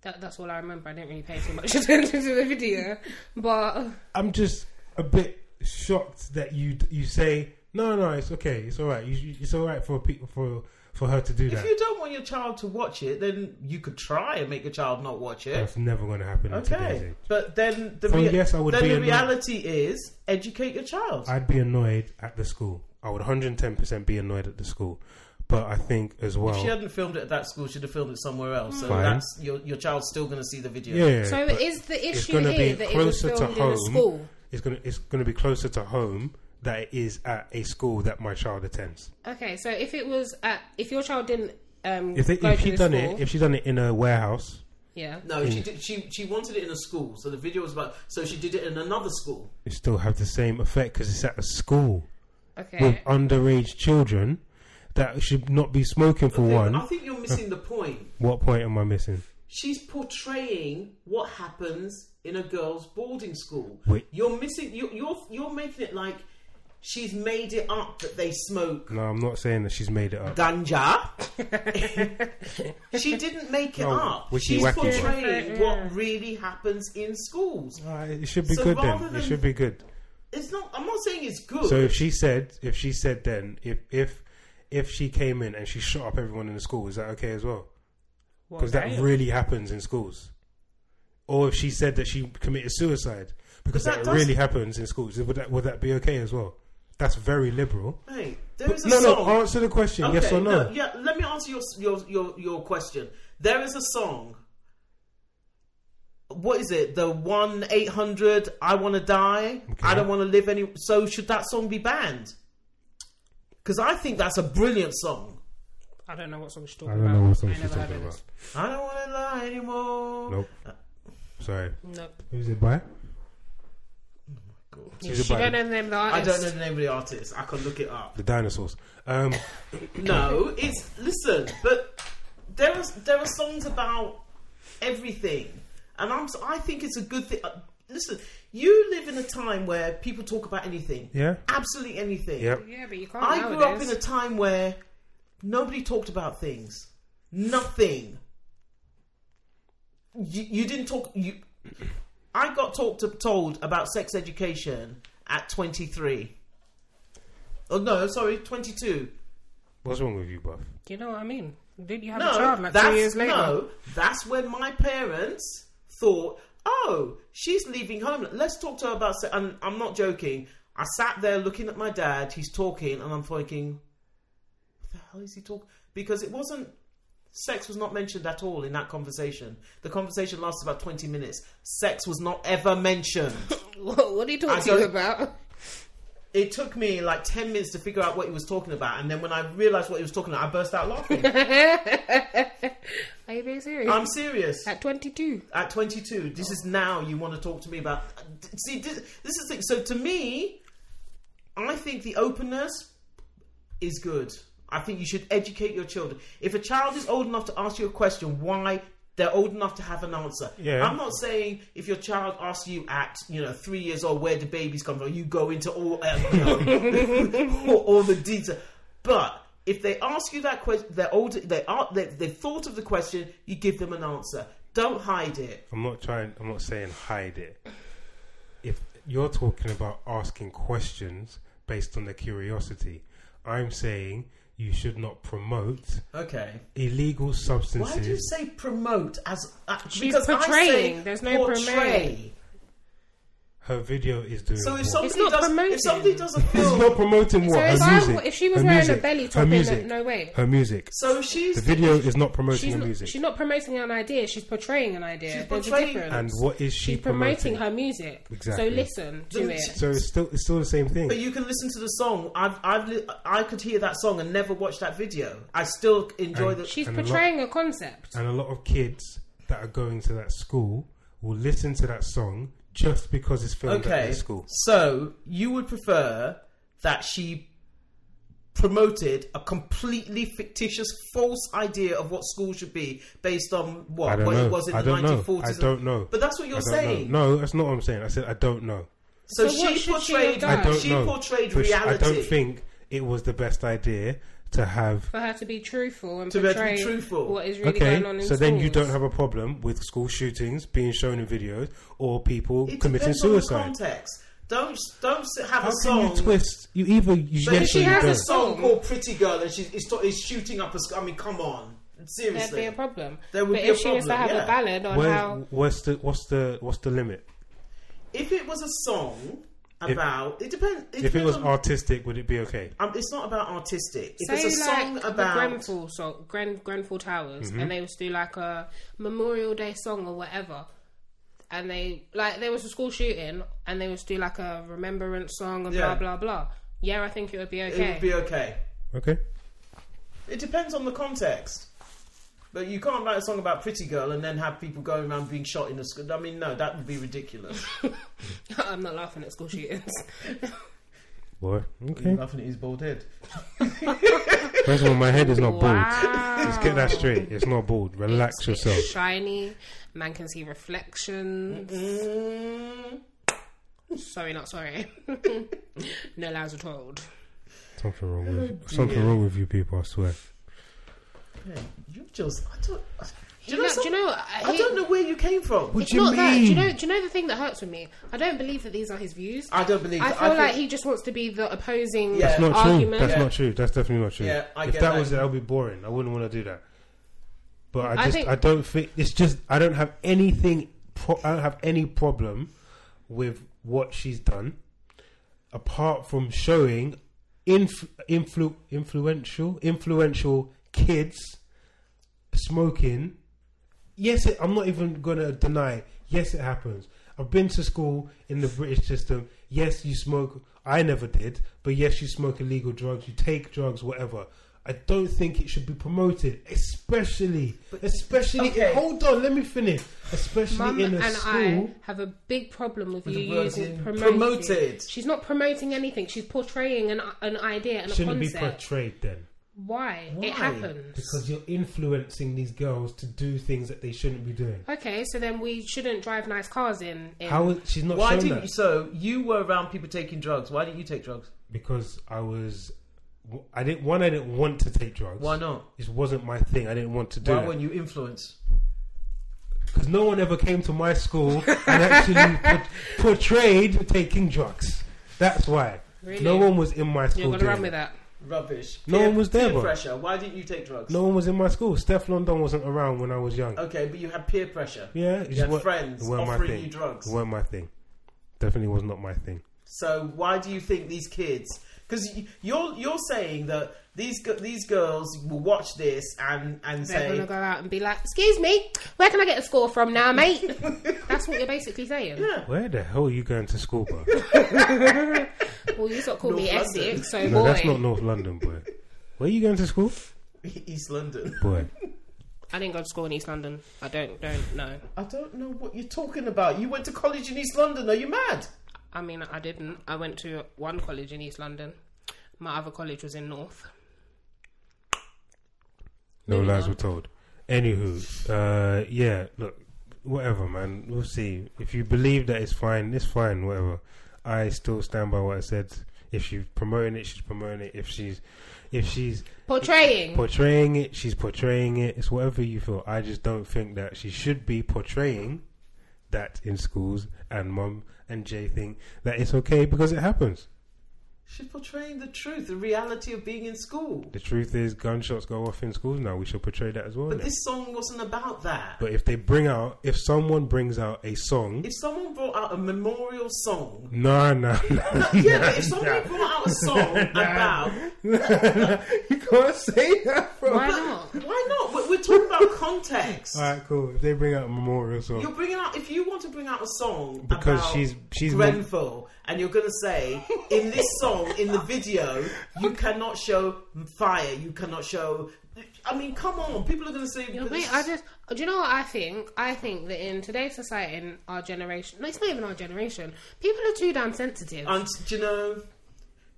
Speaker 4: That, that's all I remember. I didn't really pay too much [laughs] attention to the video, but
Speaker 2: I'm just a bit shocked that you you say no, no, it's okay, it's all right. You, you- it's all right for people for for her to do
Speaker 3: If
Speaker 2: that.
Speaker 3: you don't want your child to watch it, then you could try and make your child not watch it.
Speaker 2: That's never going to happen in today's
Speaker 3: Okay,
Speaker 2: age.
Speaker 3: but then the
Speaker 2: So
Speaker 3: rea-
Speaker 2: yes, I would
Speaker 3: then
Speaker 2: be
Speaker 3: the
Speaker 2: annoyed.
Speaker 3: reality is educate your child.
Speaker 2: I'd be annoyed at the school. I would 110 percent be annoyed at the school, but I think as
Speaker 3: if she
Speaker 2: well.
Speaker 3: hadn't filmed it at that school, she'd have filmed it somewhere else. So
Speaker 2: Fine.
Speaker 3: that's your your child's still going to see the video.
Speaker 2: Yeah,
Speaker 4: so
Speaker 2: but
Speaker 4: is the
Speaker 2: it's
Speaker 4: issue
Speaker 2: going to be
Speaker 4: here that it was
Speaker 2: closer to
Speaker 4: filmed in a
Speaker 2: home.
Speaker 4: school?
Speaker 2: It's going to it's going to be closer to home that it is at a school that my child attends.
Speaker 4: Okay, so if it was at, if your child didn't um,
Speaker 2: If they,
Speaker 4: go
Speaker 2: if
Speaker 4: to
Speaker 2: she
Speaker 4: the
Speaker 2: done
Speaker 4: school,
Speaker 2: it, if she done it in a warehouse,
Speaker 4: yeah,
Speaker 3: No,
Speaker 2: Mm.
Speaker 3: she did, she she wanted it in a school, so the video was about. So she did it in another school.
Speaker 2: it still have the same effect because it's at a school.
Speaker 3: Eh.
Speaker 4: okay,
Speaker 2: with underage children that should not be smoking for
Speaker 3: I
Speaker 2: one.
Speaker 3: think you're missing the point.
Speaker 2: What point am I missing?
Speaker 3: She's portraying what happens in a girls' boarding school.
Speaker 2: Wait.
Speaker 3: You're missing. You, you're you're making it like she's made it up that they smoke
Speaker 2: No, I'm not saying that she's made it up. [laughs]
Speaker 3: ganja. she didn't make it
Speaker 2: No,
Speaker 3: up.
Speaker 2: wishy
Speaker 3: She's
Speaker 2: wacky one.
Speaker 3: portraying what really happens in schools.
Speaker 2: Uh, it should be
Speaker 3: So
Speaker 2: good
Speaker 3: rather
Speaker 2: then.
Speaker 3: than-
Speaker 2: It should be good.
Speaker 3: It's not. I'm not saying it's good.
Speaker 2: So if she said, if she said then, if if if she came in and she shot up everyone in the school, is that okay as well?
Speaker 4: Well,
Speaker 2: Because that
Speaker 4: damn.
Speaker 2: really happens in schools. Or if she said that she committed suicide, because
Speaker 3: But that
Speaker 2: that,
Speaker 3: does-
Speaker 2: really happens in schools, would that would that be okay as well? That's very liberal.
Speaker 3: Mate, there is a
Speaker 2: no,
Speaker 3: song.
Speaker 2: no, answer the question. yes
Speaker 3: Okay,
Speaker 2: or no?
Speaker 3: no, yeah, let me answer your, your your your question. There is a song. What is it? The one eight hundred. I want to die. I don't want to live any. So should that song be banned? Because I think that's a brilliant song.
Speaker 4: I don't know what song she's
Speaker 2: I
Speaker 4: talking
Speaker 2: don't
Speaker 4: about.
Speaker 2: know what song
Speaker 4: I
Speaker 2: she's
Speaker 4: never Uh, heard
Speaker 2: talking
Speaker 4: of
Speaker 2: about.
Speaker 4: this.
Speaker 3: I don't want to lie anymore.
Speaker 2: Nope. Sorry.
Speaker 4: Nope.
Speaker 2: Who's it by? Is it
Speaker 4: She
Speaker 2: by
Speaker 4: don't know the name of the
Speaker 3: I
Speaker 4: artist.
Speaker 3: don't know the name of the artist. I can look it up.
Speaker 2: the dinosaurs. Um,
Speaker 3: No, it's listen, but there are there are songs about everything, and I'm s- I think it's a good thing. Uh, Listen, you live in a time where people talk about anything,
Speaker 4: [laughs]
Speaker 2: yeah,
Speaker 3: absolutely anything.
Speaker 2: yep.
Speaker 4: Yeah, but you can't.
Speaker 3: I grew up in
Speaker 4: nowadays.
Speaker 3: a time where nobody talked about things, nothing. You, you didn't talk. You, I got talked to, told about sex education at twenty three. Oh no, sorry, twenty two.
Speaker 2: What's wrong with you, Buff?
Speaker 4: You know what I mean? Didn't you have
Speaker 3: no,
Speaker 4: a child like
Speaker 3: that's,
Speaker 4: two years later?
Speaker 3: No, that's when my parents thought, oh, she's leaving home. Let's talk to her about se-" And I'm not joking. I sat there looking at my dad. He's talking, and I'm thinking, what the hell is he talking? Because it wasn't. Sex was not mentioned at all in that conversation. The conversation lasted about 20 minutes. Sex was not ever
Speaker 4: [laughs]
Speaker 3: mentioned.
Speaker 4: what, what are you
Speaker 3: I
Speaker 4: talking to
Speaker 3: don't-
Speaker 4: you about?
Speaker 3: it took me like 10 minutes to figure out what he was talking about. And then when I realized what he was talking about, I burst out laughing.
Speaker 4: [laughs] Are you being serious?
Speaker 3: I'm serious.
Speaker 4: At 22.
Speaker 3: at 22 this is now you want to talk to me about see this, this is the thing so to me i think the openness is good i think you should educate your children if a child is old enough to ask you a question why they're old enough to have an answer
Speaker 2: Yeah.
Speaker 3: i'm not saying if your child asks you at you know three years old where [laughs] the babies come from you go into all uh, you know, all, all the detail but If they ask you that question, they're older. They are. They, they've thought of the question. You give them an answer. Don't hide it.
Speaker 2: I'm not trying. I'm not saying hide it. If you're talking about asking questions based on the curiosity, I'm saying you should not promote
Speaker 3: Okay.
Speaker 2: illegal substances.
Speaker 3: Why do you say promote as? Uh,
Speaker 4: She's
Speaker 3: because I say
Speaker 4: portraying. There's no promoting.
Speaker 2: Her video is doing.
Speaker 3: So if
Speaker 2: what?
Speaker 3: somebody
Speaker 4: not
Speaker 3: does,
Speaker 4: promoting.
Speaker 3: if somebody
Speaker 2: [laughs]
Speaker 3: does a
Speaker 2: It's
Speaker 3: film,
Speaker 2: not promoting what
Speaker 4: So
Speaker 2: her
Speaker 4: if I-
Speaker 2: music.
Speaker 4: if she was
Speaker 2: her
Speaker 4: wearing a
Speaker 2: music,
Speaker 4: belly top,
Speaker 2: her
Speaker 4: then
Speaker 2: music,
Speaker 4: no way.
Speaker 2: Her music.
Speaker 3: so she's
Speaker 2: The video is not promoting
Speaker 4: She's
Speaker 2: the
Speaker 4: not,
Speaker 2: music.
Speaker 4: she's not promoting an idea. She's portraying an idea.
Speaker 3: She's
Speaker 4: There's a
Speaker 3: portraying-
Speaker 4: difference.
Speaker 2: and what is she
Speaker 4: she's promoting her music.
Speaker 2: Exactly.
Speaker 4: So listen to
Speaker 3: The-
Speaker 4: it.
Speaker 2: So it's still it's still the same thing.
Speaker 3: But you can listen to the song. I've, I've, li- I could hear that song and never watch that video. I still enjoy
Speaker 2: And
Speaker 3: the.
Speaker 4: She's
Speaker 2: and a lot-
Speaker 4: portraying a concept.
Speaker 2: and a lot of kids that are going to that school will listen to that song just because it's filmed at
Speaker 3: okay,
Speaker 2: their school.
Speaker 3: so you would prefer that she promoted a completely fictitious, false idea of what school should be based on what
Speaker 2: I don't
Speaker 3: what
Speaker 2: know.
Speaker 3: it was in
Speaker 2: I
Speaker 3: the
Speaker 2: don't know.
Speaker 3: 1940s.
Speaker 2: I don't know.
Speaker 3: But that's what you're
Speaker 2: I don't know.
Speaker 3: saying.
Speaker 2: No, that's not what I'm saying. I said I don't know.
Speaker 3: So,
Speaker 4: So what
Speaker 3: she
Speaker 4: should she
Speaker 3: portrayed.
Speaker 4: have done?
Speaker 2: I don't
Speaker 3: she
Speaker 2: know.
Speaker 3: portrayed
Speaker 2: But sh-
Speaker 3: reality.
Speaker 2: I don't think it was the best idea to have.
Speaker 4: For her to be truthful and
Speaker 3: To be- to be
Speaker 4: portray
Speaker 3: truthful.
Speaker 4: what is really
Speaker 2: okay,
Speaker 4: going on in
Speaker 2: so then you
Speaker 4: schools.
Speaker 2: don't have a problem with school shootings being shown in videos or people
Speaker 3: it
Speaker 2: committing
Speaker 3: depends on the
Speaker 2: suicide.
Speaker 3: context. Don't don't s- have
Speaker 2: How
Speaker 3: a
Speaker 2: can
Speaker 3: song.
Speaker 2: you twist? You either you
Speaker 3: But if
Speaker 2: yes
Speaker 3: she
Speaker 2: or you
Speaker 3: has
Speaker 2: don't.
Speaker 3: a song
Speaker 4: Mm.
Speaker 3: called Pretty Girl and she's is, is shooting up a sc- I mean, come on.
Speaker 4: There'd be
Speaker 3: Seriously.
Speaker 4: a problem.
Speaker 3: There would
Speaker 4: but
Speaker 3: be
Speaker 4: if
Speaker 3: a
Speaker 4: she was to
Speaker 3: problem,
Speaker 4: have
Speaker 3: yeah.
Speaker 4: a ballad on
Speaker 2: Where-
Speaker 4: how
Speaker 2: what's the what's the what's the limit?
Speaker 3: If it was a song about. it depends.
Speaker 2: If
Speaker 3: It
Speaker 2: it
Speaker 3: depends
Speaker 2: was
Speaker 3: on-
Speaker 2: artistic, would it be okay?
Speaker 3: um, it's not about artistic. If
Speaker 4: say
Speaker 3: it's a song
Speaker 4: like
Speaker 3: about. Mm-hmm.
Speaker 4: the Grenfell song, Gren, Grenfell Towers, and they was do like a Memorial Day song or whatever. And they like there was a school shooting, and they was do like a remembrance song and
Speaker 3: Yeah.
Speaker 4: blah blah blah. Yeah, I think it would be
Speaker 3: it
Speaker 4: okay.
Speaker 3: would
Speaker 4: [laughs]
Speaker 3: be okay.
Speaker 2: Okay.
Speaker 3: It depends on the context. But you can't write a song about Pretty Girl and then have people going around being shot in a school. I mean, no, that would be ridiculous.
Speaker 4: I'm not laughing at
Speaker 3: [laughs]
Speaker 4: school shootings.
Speaker 2: Boy. Okay.
Speaker 3: You're laughing at his bald head.
Speaker 2: First of all, my head is not bald.
Speaker 4: wow,
Speaker 2: Let's get that straight. It's not bald. Relax yourself.
Speaker 4: shiny man can see reflections.
Speaker 3: Mm.
Speaker 4: Sorry, not sorry. [laughs] no lies were told.
Speaker 2: Something wrong with something wrong with you people. I swear.
Speaker 3: Yeah, you just. I don't. I- do you
Speaker 4: He
Speaker 3: know,
Speaker 4: lo- do you
Speaker 3: some-
Speaker 4: know?
Speaker 3: I
Speaker 4: he-
Speaker 3: don't know where you came from.
Speaker 2: What
Speaker 4: It's not that. Do you know? Do you know the thing that hurts with me? I don't believe that these are his views. I,
Speaker 3: I don't believe that.
Speaker 4: feel
Speaker 3: think-
Speaker 4: like he just wants to be the opposing
Speaker 2: That's
Speaker 3: That's
Speaker 2: not
Speaker 4: argument.
Speaker 2: true. That's
Speaker 3: Yeah.
Speaker 2: not true. That's definitely not true.
Speaker 3: Yeah, I
Speaker 2: if
Speaker 3: get
Speaker 2: that,
Speaker 3: that.
Speaker 2: was it, I would be boring. I wouldn't want to do that. But I
Speaker 4: I
Speaker 2: just I,
Speaker 4: think-
Speaker 2: don't think it's just I don't have anything pro- I don't have any problem with what she's done apart from showing inf- influ- influential influential kids smoking yes, it, I'm not even going to deny. it. Yes, it happens. I've been to school in the British system. Yes, you smoke. I never did, but yes, you smoke illegal drugs. You take drugs, whatever. I don't think it should be promoted, especially, especially.
Speaker 3: okay.
Speaker 2: Hold on, let me finish. Especially
Speaker 4: Mum
Speaker 2: in
Speaker 4: and
Speaker 2: a
Speaker 4: I
Speaker 2: school.
Speaker 4: have a big problem with,
Speaker 3: With
Speaker 4: you
Speaker 3: the word
Speaker 4: using
Speaker 3: in-
Speaker 4: promoted.
Speaker 3: promoted.
Speaker 4: She's not promoting anything. She's portraying an an idea and a
Speaker 2: shouldn't be
Speaker 4: concept.
Speaker 2: portrayed then,
Speaker 4: Why?
Speaker 3: Why?
Speaker 4: It happens.
Speaker 2: because you're influencing these girls to do things that they shouldn't be doing.
Speaker 4: okay, so then we shouldn't drive nice cars in. in
Speaker 2: How is she's not
Speaker 3: Why
Speaker 2: shown
Speaker 3: didn't
Speaker 2: that?
Speaker 3: you? So you were around people taking drugs. Why didn't you take drugs?
Speaker 2: because I was, I didn't one. I didn't want to take drugs.
Speaker 3: Why not?
Speaker 2: This wasn't my thing. I didn't want to do
Speaker 3: Why
Speaker 2: it
Speaker 3: weren't you influenced?
Speaker 2: because no one ever came to my school and actually put, portrayed taking drugs. That's why.
Speaker 4: Really?
Speaker 2: No one was in my
Speaker 4: you're
Speaker 2: school.
Speaker 4: gonna
Speaker 2: doing
Speaker 4: run with
Speaker 2: it.
Speaker 4: that?
Speaker 3: Rubbish.
Speaker 2: No
Speaker 3: Peer-
Speaker 2: one was there,
Speaker 3: Peer
Speaker 2: bro.
Speaker 3: pressure. Why didn't you take drugs?
Speaker 2: No one was in my school. Steph London wasn't around when I was young.
Speaker 3: Okay, but you had peer pressure.
Speaker 2: Yeah, it
Speaker 3: You
Speaker 2: just
Speaker 3: had
Speaker 2: weren't-
Speaker 3: friends
Speaker 2: it weren't my
Speaker 3: offering
Speaker 2: thing.
Speaker 3: you drugs.
Speaker 2: It weren't my thing. Definitely was not my thing.
Speaker 3: So why do you think these kids? Because you're you're saying that these gi- these girls will watch this and and
Speaker 4: They're
Speaker 3: say
Speaker 4: gonna go out and be like, "Excuse me, where can I get a score from now,
Speaker 2: [laughs]
Speaker 4: mate?" That's what you're basically saying.
Speaker 2: Where the hell are you going to school,
Speaker 4: [laughs]
Speaker 2: bro?
Speaker 4: Well, you sort of called me
Speaker 3: North London.
Speaker 4: Essex, so
Speaker 2: no,
Speaker 4: boy.
Speaker 2: that's not North London, boy. Where are you going to school,
Speaker 3: "E-, East London.
Speaker 2: boy?
Speaker 4: I didn't go to school in East London. I don't don't know.
Speaker 3: I don't know what you're talking about. You went to college in East London. Are you mad?
Speaker 4: I mean, I didn't. I went to one college in East London. My other college was in North.
Speaker 2: No
Speaker 4: Moving
Speaker 2: lies
Speaker 4: on.
Speaker 2: were told. Anywho, uh, yeah, look, whatever, man. We'll see. If you believe that it's fine, it's fine, whatever. I still stand by what I said. If she's promoting it, she's promoting it. If she's if she's
Speaker 4: Portraying.
Speaker 2: portraying it, she's portraying it. It's whatever you feel. I just don't think that she should be portraying that in schools. And mum and Jay think that it's okay because it happens.
Speaker 3: She's portraying the truth, the reality of being in school.
Speaker 2: The truth is, gunshots go off in schools now. We should portray that as well.
Speaker 3: But
Speaker 2: now.
Speaker 3: this song wasn't about that.
Speaker 2: but if they bring out, if someone brings out a song,
Speaker 3: If someone brought out a memorial song,
Speaker 2: [laughs] no, no, no,
Speaker 3: yeah, but if somebody brought out
Speaker 2: [laughs]
Speaker 3: a song about,
Speaker 2: you can't say that, bro.
Speaker 4: Why not?
Speaker 3: why not? We're, we're talking about context.
Speaker 2: All right, cool. If they bring out a memorial song,
Speaker 3: You're bringing out if you want to bring out a song
Speaker 2: Because
Speaker 3: about
Speaker 2: she's- she's-
Speaker 3: Grenfell, and you're gonna say in this song in the video you cannot show fire, you cannot show. I mean, come on, people are gonna say.
Speaker 4: You know, mate, I just do you know what I think? I think that in today's society, in our generation, no, it's not even our generation. People are too damn sensitive.
Speaker 3: and do you know,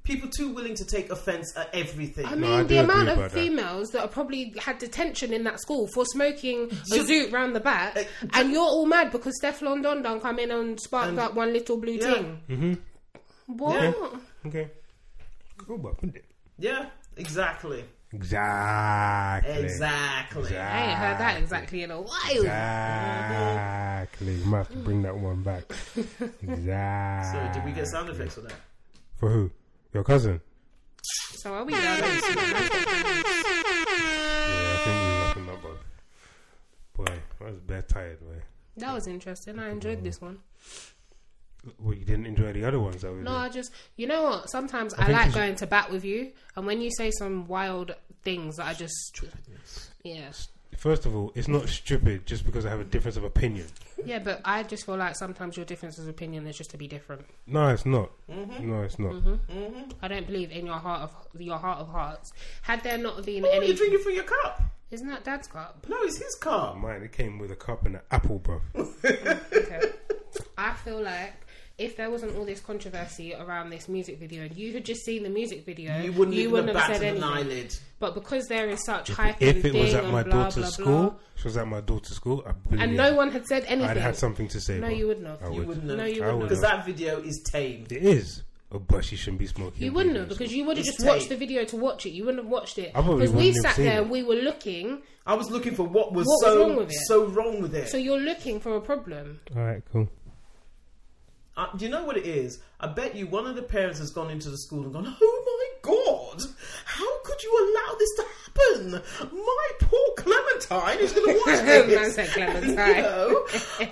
Speaker 3: people too willing to take offense at everything.
Speaker 4: I mean,
Speaker 2: No, I do
Speaker 4: the amount
Speaker 2: agree
Speaker 4: of
Speaker 2: about that.
Speaker 4: females that are probably had detention in that school for smoking a zoot round the
Speaker 2: Uh,
Speaker 4: back, and you're all mad because Stefan Don Don come in and sparked up one little blue
Speaker 3: yeah.
Speaker 4: thing.
Speaker 2: Mm-hmm.
Speaker 4: What?
Speaker 2: okay, cool, but put it-
Speaker 3: yeah, exactly,
Speaker 2: exactly,
Speaker 3: exactly.
Speaker 4: I ain't heard that exactly in a while.
Speaker 2: Exactly. Might have to bring that one back.
Speaker 3: [laughs] So,
Speaker 2: Exactly.
Speaker 3: did we get sound effects for that?
Speaker 2: For who? Your cousin?
Speaker 4: So are we done?
Speaker 2: Yeah, I think we're wrapping up, bro. Boy, I was bad tired, man.
Speaker 4: That was interesting. I enjoyed this one.
Speaker 2: Well, you didn't enjoy the other ones that we
Speaker 4: No,
Speaker 2: did.
Speaker 4: I just you know what? Sometimes I,
Speaker 2: think
Speaker 4: like
Speaker 2: 'cause you-
Speaker 4: going to bat with you, and when you say some wild things, I just yeah,
Speaker 2: First of all, it's not stupid just because I have a difference of opinion.
Speaker 4: yeah. But I just feel like sometimes your differences of opinion is just to be different.
Speaker 2: No, it's not.
Speaker 4: Mm-hmm.
Speaker 2: No, it's not.
Speaker 4: I don't believe in your heart of your heart of hearts. Had there not been
Speaker 3: Oh,
Speaker 4: any,
Speaker 3: you're drinking from your cup.
Speaker 4: isn't that Dad's cup?
Speaker 3: No, it's his cup.
Speaker 2: Mine, it came with a cup and an apple, bro.
Speaker 4: Okay. I feel like if there wasn't all this controversy around this music video, and you had just seen the music video,
Speaker 3: You wouldn't even
Speaker 4: wouldn't
Speaker 3: have
Speaker 4: have
Speaker 3: batted
Speaker 4: said
Speaker 3: an
Speaker 4: anything.
Speaker 3: eyelid.
Speaker 4: But because there is such hype,
Speaker 2: if
Speaker 4: and
Speaker 2: it was
Speaker 4: ding
Speaker 2: at
Speaker 4: and
Speaker 2: my
Speaker 4: blah,
Speaker 2: daughter's
Speaker 4: blah,
Speaker 2: school,
Speaker 4: blah,
Speaker 2: if it was at my daughter's school, I believe
Speaker 4: and no one had said anything,
Speaker 2: I'd had something to say.
Speaker 4: No,
Speaker 2: bro.
Speaker 4: you wouldn't have.
Speaker 2: I
Speaker 4: You
Speaker 2: would.
Speaker 3: wouldn't
Speaker 4: no,
Speaker 3: have.
Speaker 4: you
Speaker 2: I
Speaker 4: wouldn't
Speaker 2: would
Speaker 3: Because
Speaker 4: have.
Speaker 3: that video is tame.
Speaker 2: It is. Oh, but she shouldn't be smoking.
Speaker 4: You
Speaker 2: in
Speaker 4: wouldn't
Speaker 2: public
Speaker 4: have
Speaker 2: in
Speaker 4: because you would have
Speaker 3: It's
Speaker 4: just watched
Speaker 3: tape.
Speaker 4: the video to watch it. You wouldn't have watched it
Speaker 2: probably
Speaker 4: because we
Speaker 2: wouldn't have
Speaker 4: sat
Speaker 2: seen
Speaker 4: there
Speaker 2: it.
Speaker 4: and we were looking.
Speaker 3: I was looking for what was
Speaker 4: What was
Speaker 3: so
Speaker 4: wrong with it?
Speaker 3: so wrong with it.
Speaker 4: So you're looking for a problem.
Speaker 2: school. All right, cool.
Speaker 3: Uh, do you know what it is? I bet you one of the parents has gone into the school and gone, "Oh my god, how could you allow this to happen? My poor Clementine is
Speaker 4: [laughs]
Speaker 3: going to watch
Speaker 4: Man
Speaker 3: this."
Speaker 4: said Clementine.
Speaker 3: You [laughs] know?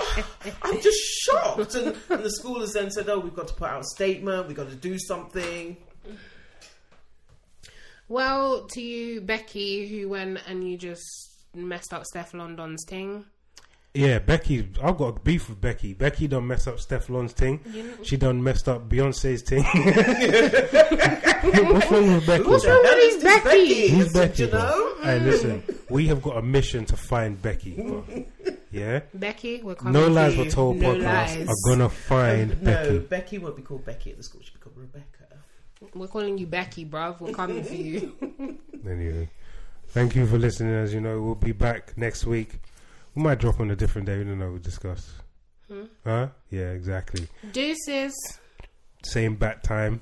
Speaker 3: [sighs] I'm just shocked. And, and the school has then said, "Oh, we've got to put out a statement. We've got to do something."
Speaker 4: Well, to you, Becky, who went and you just messed up Steph London's thing.
Speaker 2: Yeah, Becky. I've got a beef with Becky. Becky done messed up Steph Lon's thing. She done messed up Beyonce's
Speaker 4: [laughs]
Speaker 2: thing. [laughs] What's wrong with Becky?
Speaker 4: What's wrong
Speaker 3: That
Speaker 4: with
Speaker 3: is
Speaker 4: these
Speaker 3: this Becky.
Speaker 4: Becky?
Speaker 2: Who's
Speaker 3: Do you
Speaker 2: Becky?
Speaker 3: know?
Speaker 2: bro? Hey, listen. We have got a mission to find Becky. bro. Yeah.
Speaker 4: Becky, we're coming.
Speaker 2: No
Speaker 4: for
Speaker 2: lies
Speaker 4: you.
Speaker 2: were told.
Speaker 4: No
Speaker 2: podcast
Speaker 4: lies.
Speaker 2: are gonna find
Speaker 3: No,
Speaker 2: Becky.
Speaker 3: Becky won't be called Becky at the school. She'll be called Rebecca.
Speaker 4: We're calling you Becky, bruv. We're coming for
Speaker 2: [laughs]
Speaker 4: you.
Speaker 2: Anyway, thank you for listening. As you know, we'll be back next week. We might drop on a different day. We don't know. We'll discuss.
Speaker 4: Hmm?
Speaker 2: Huh? Yeah, exactly.
Speaker 4: Deuces.
Speaker 2: Same bat [laughs] time,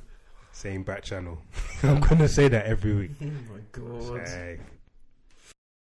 Speaker 2: same bat channel. I'm gonna say that every week.
Speaker 3: Oh my god.
Speaker 2: Hey.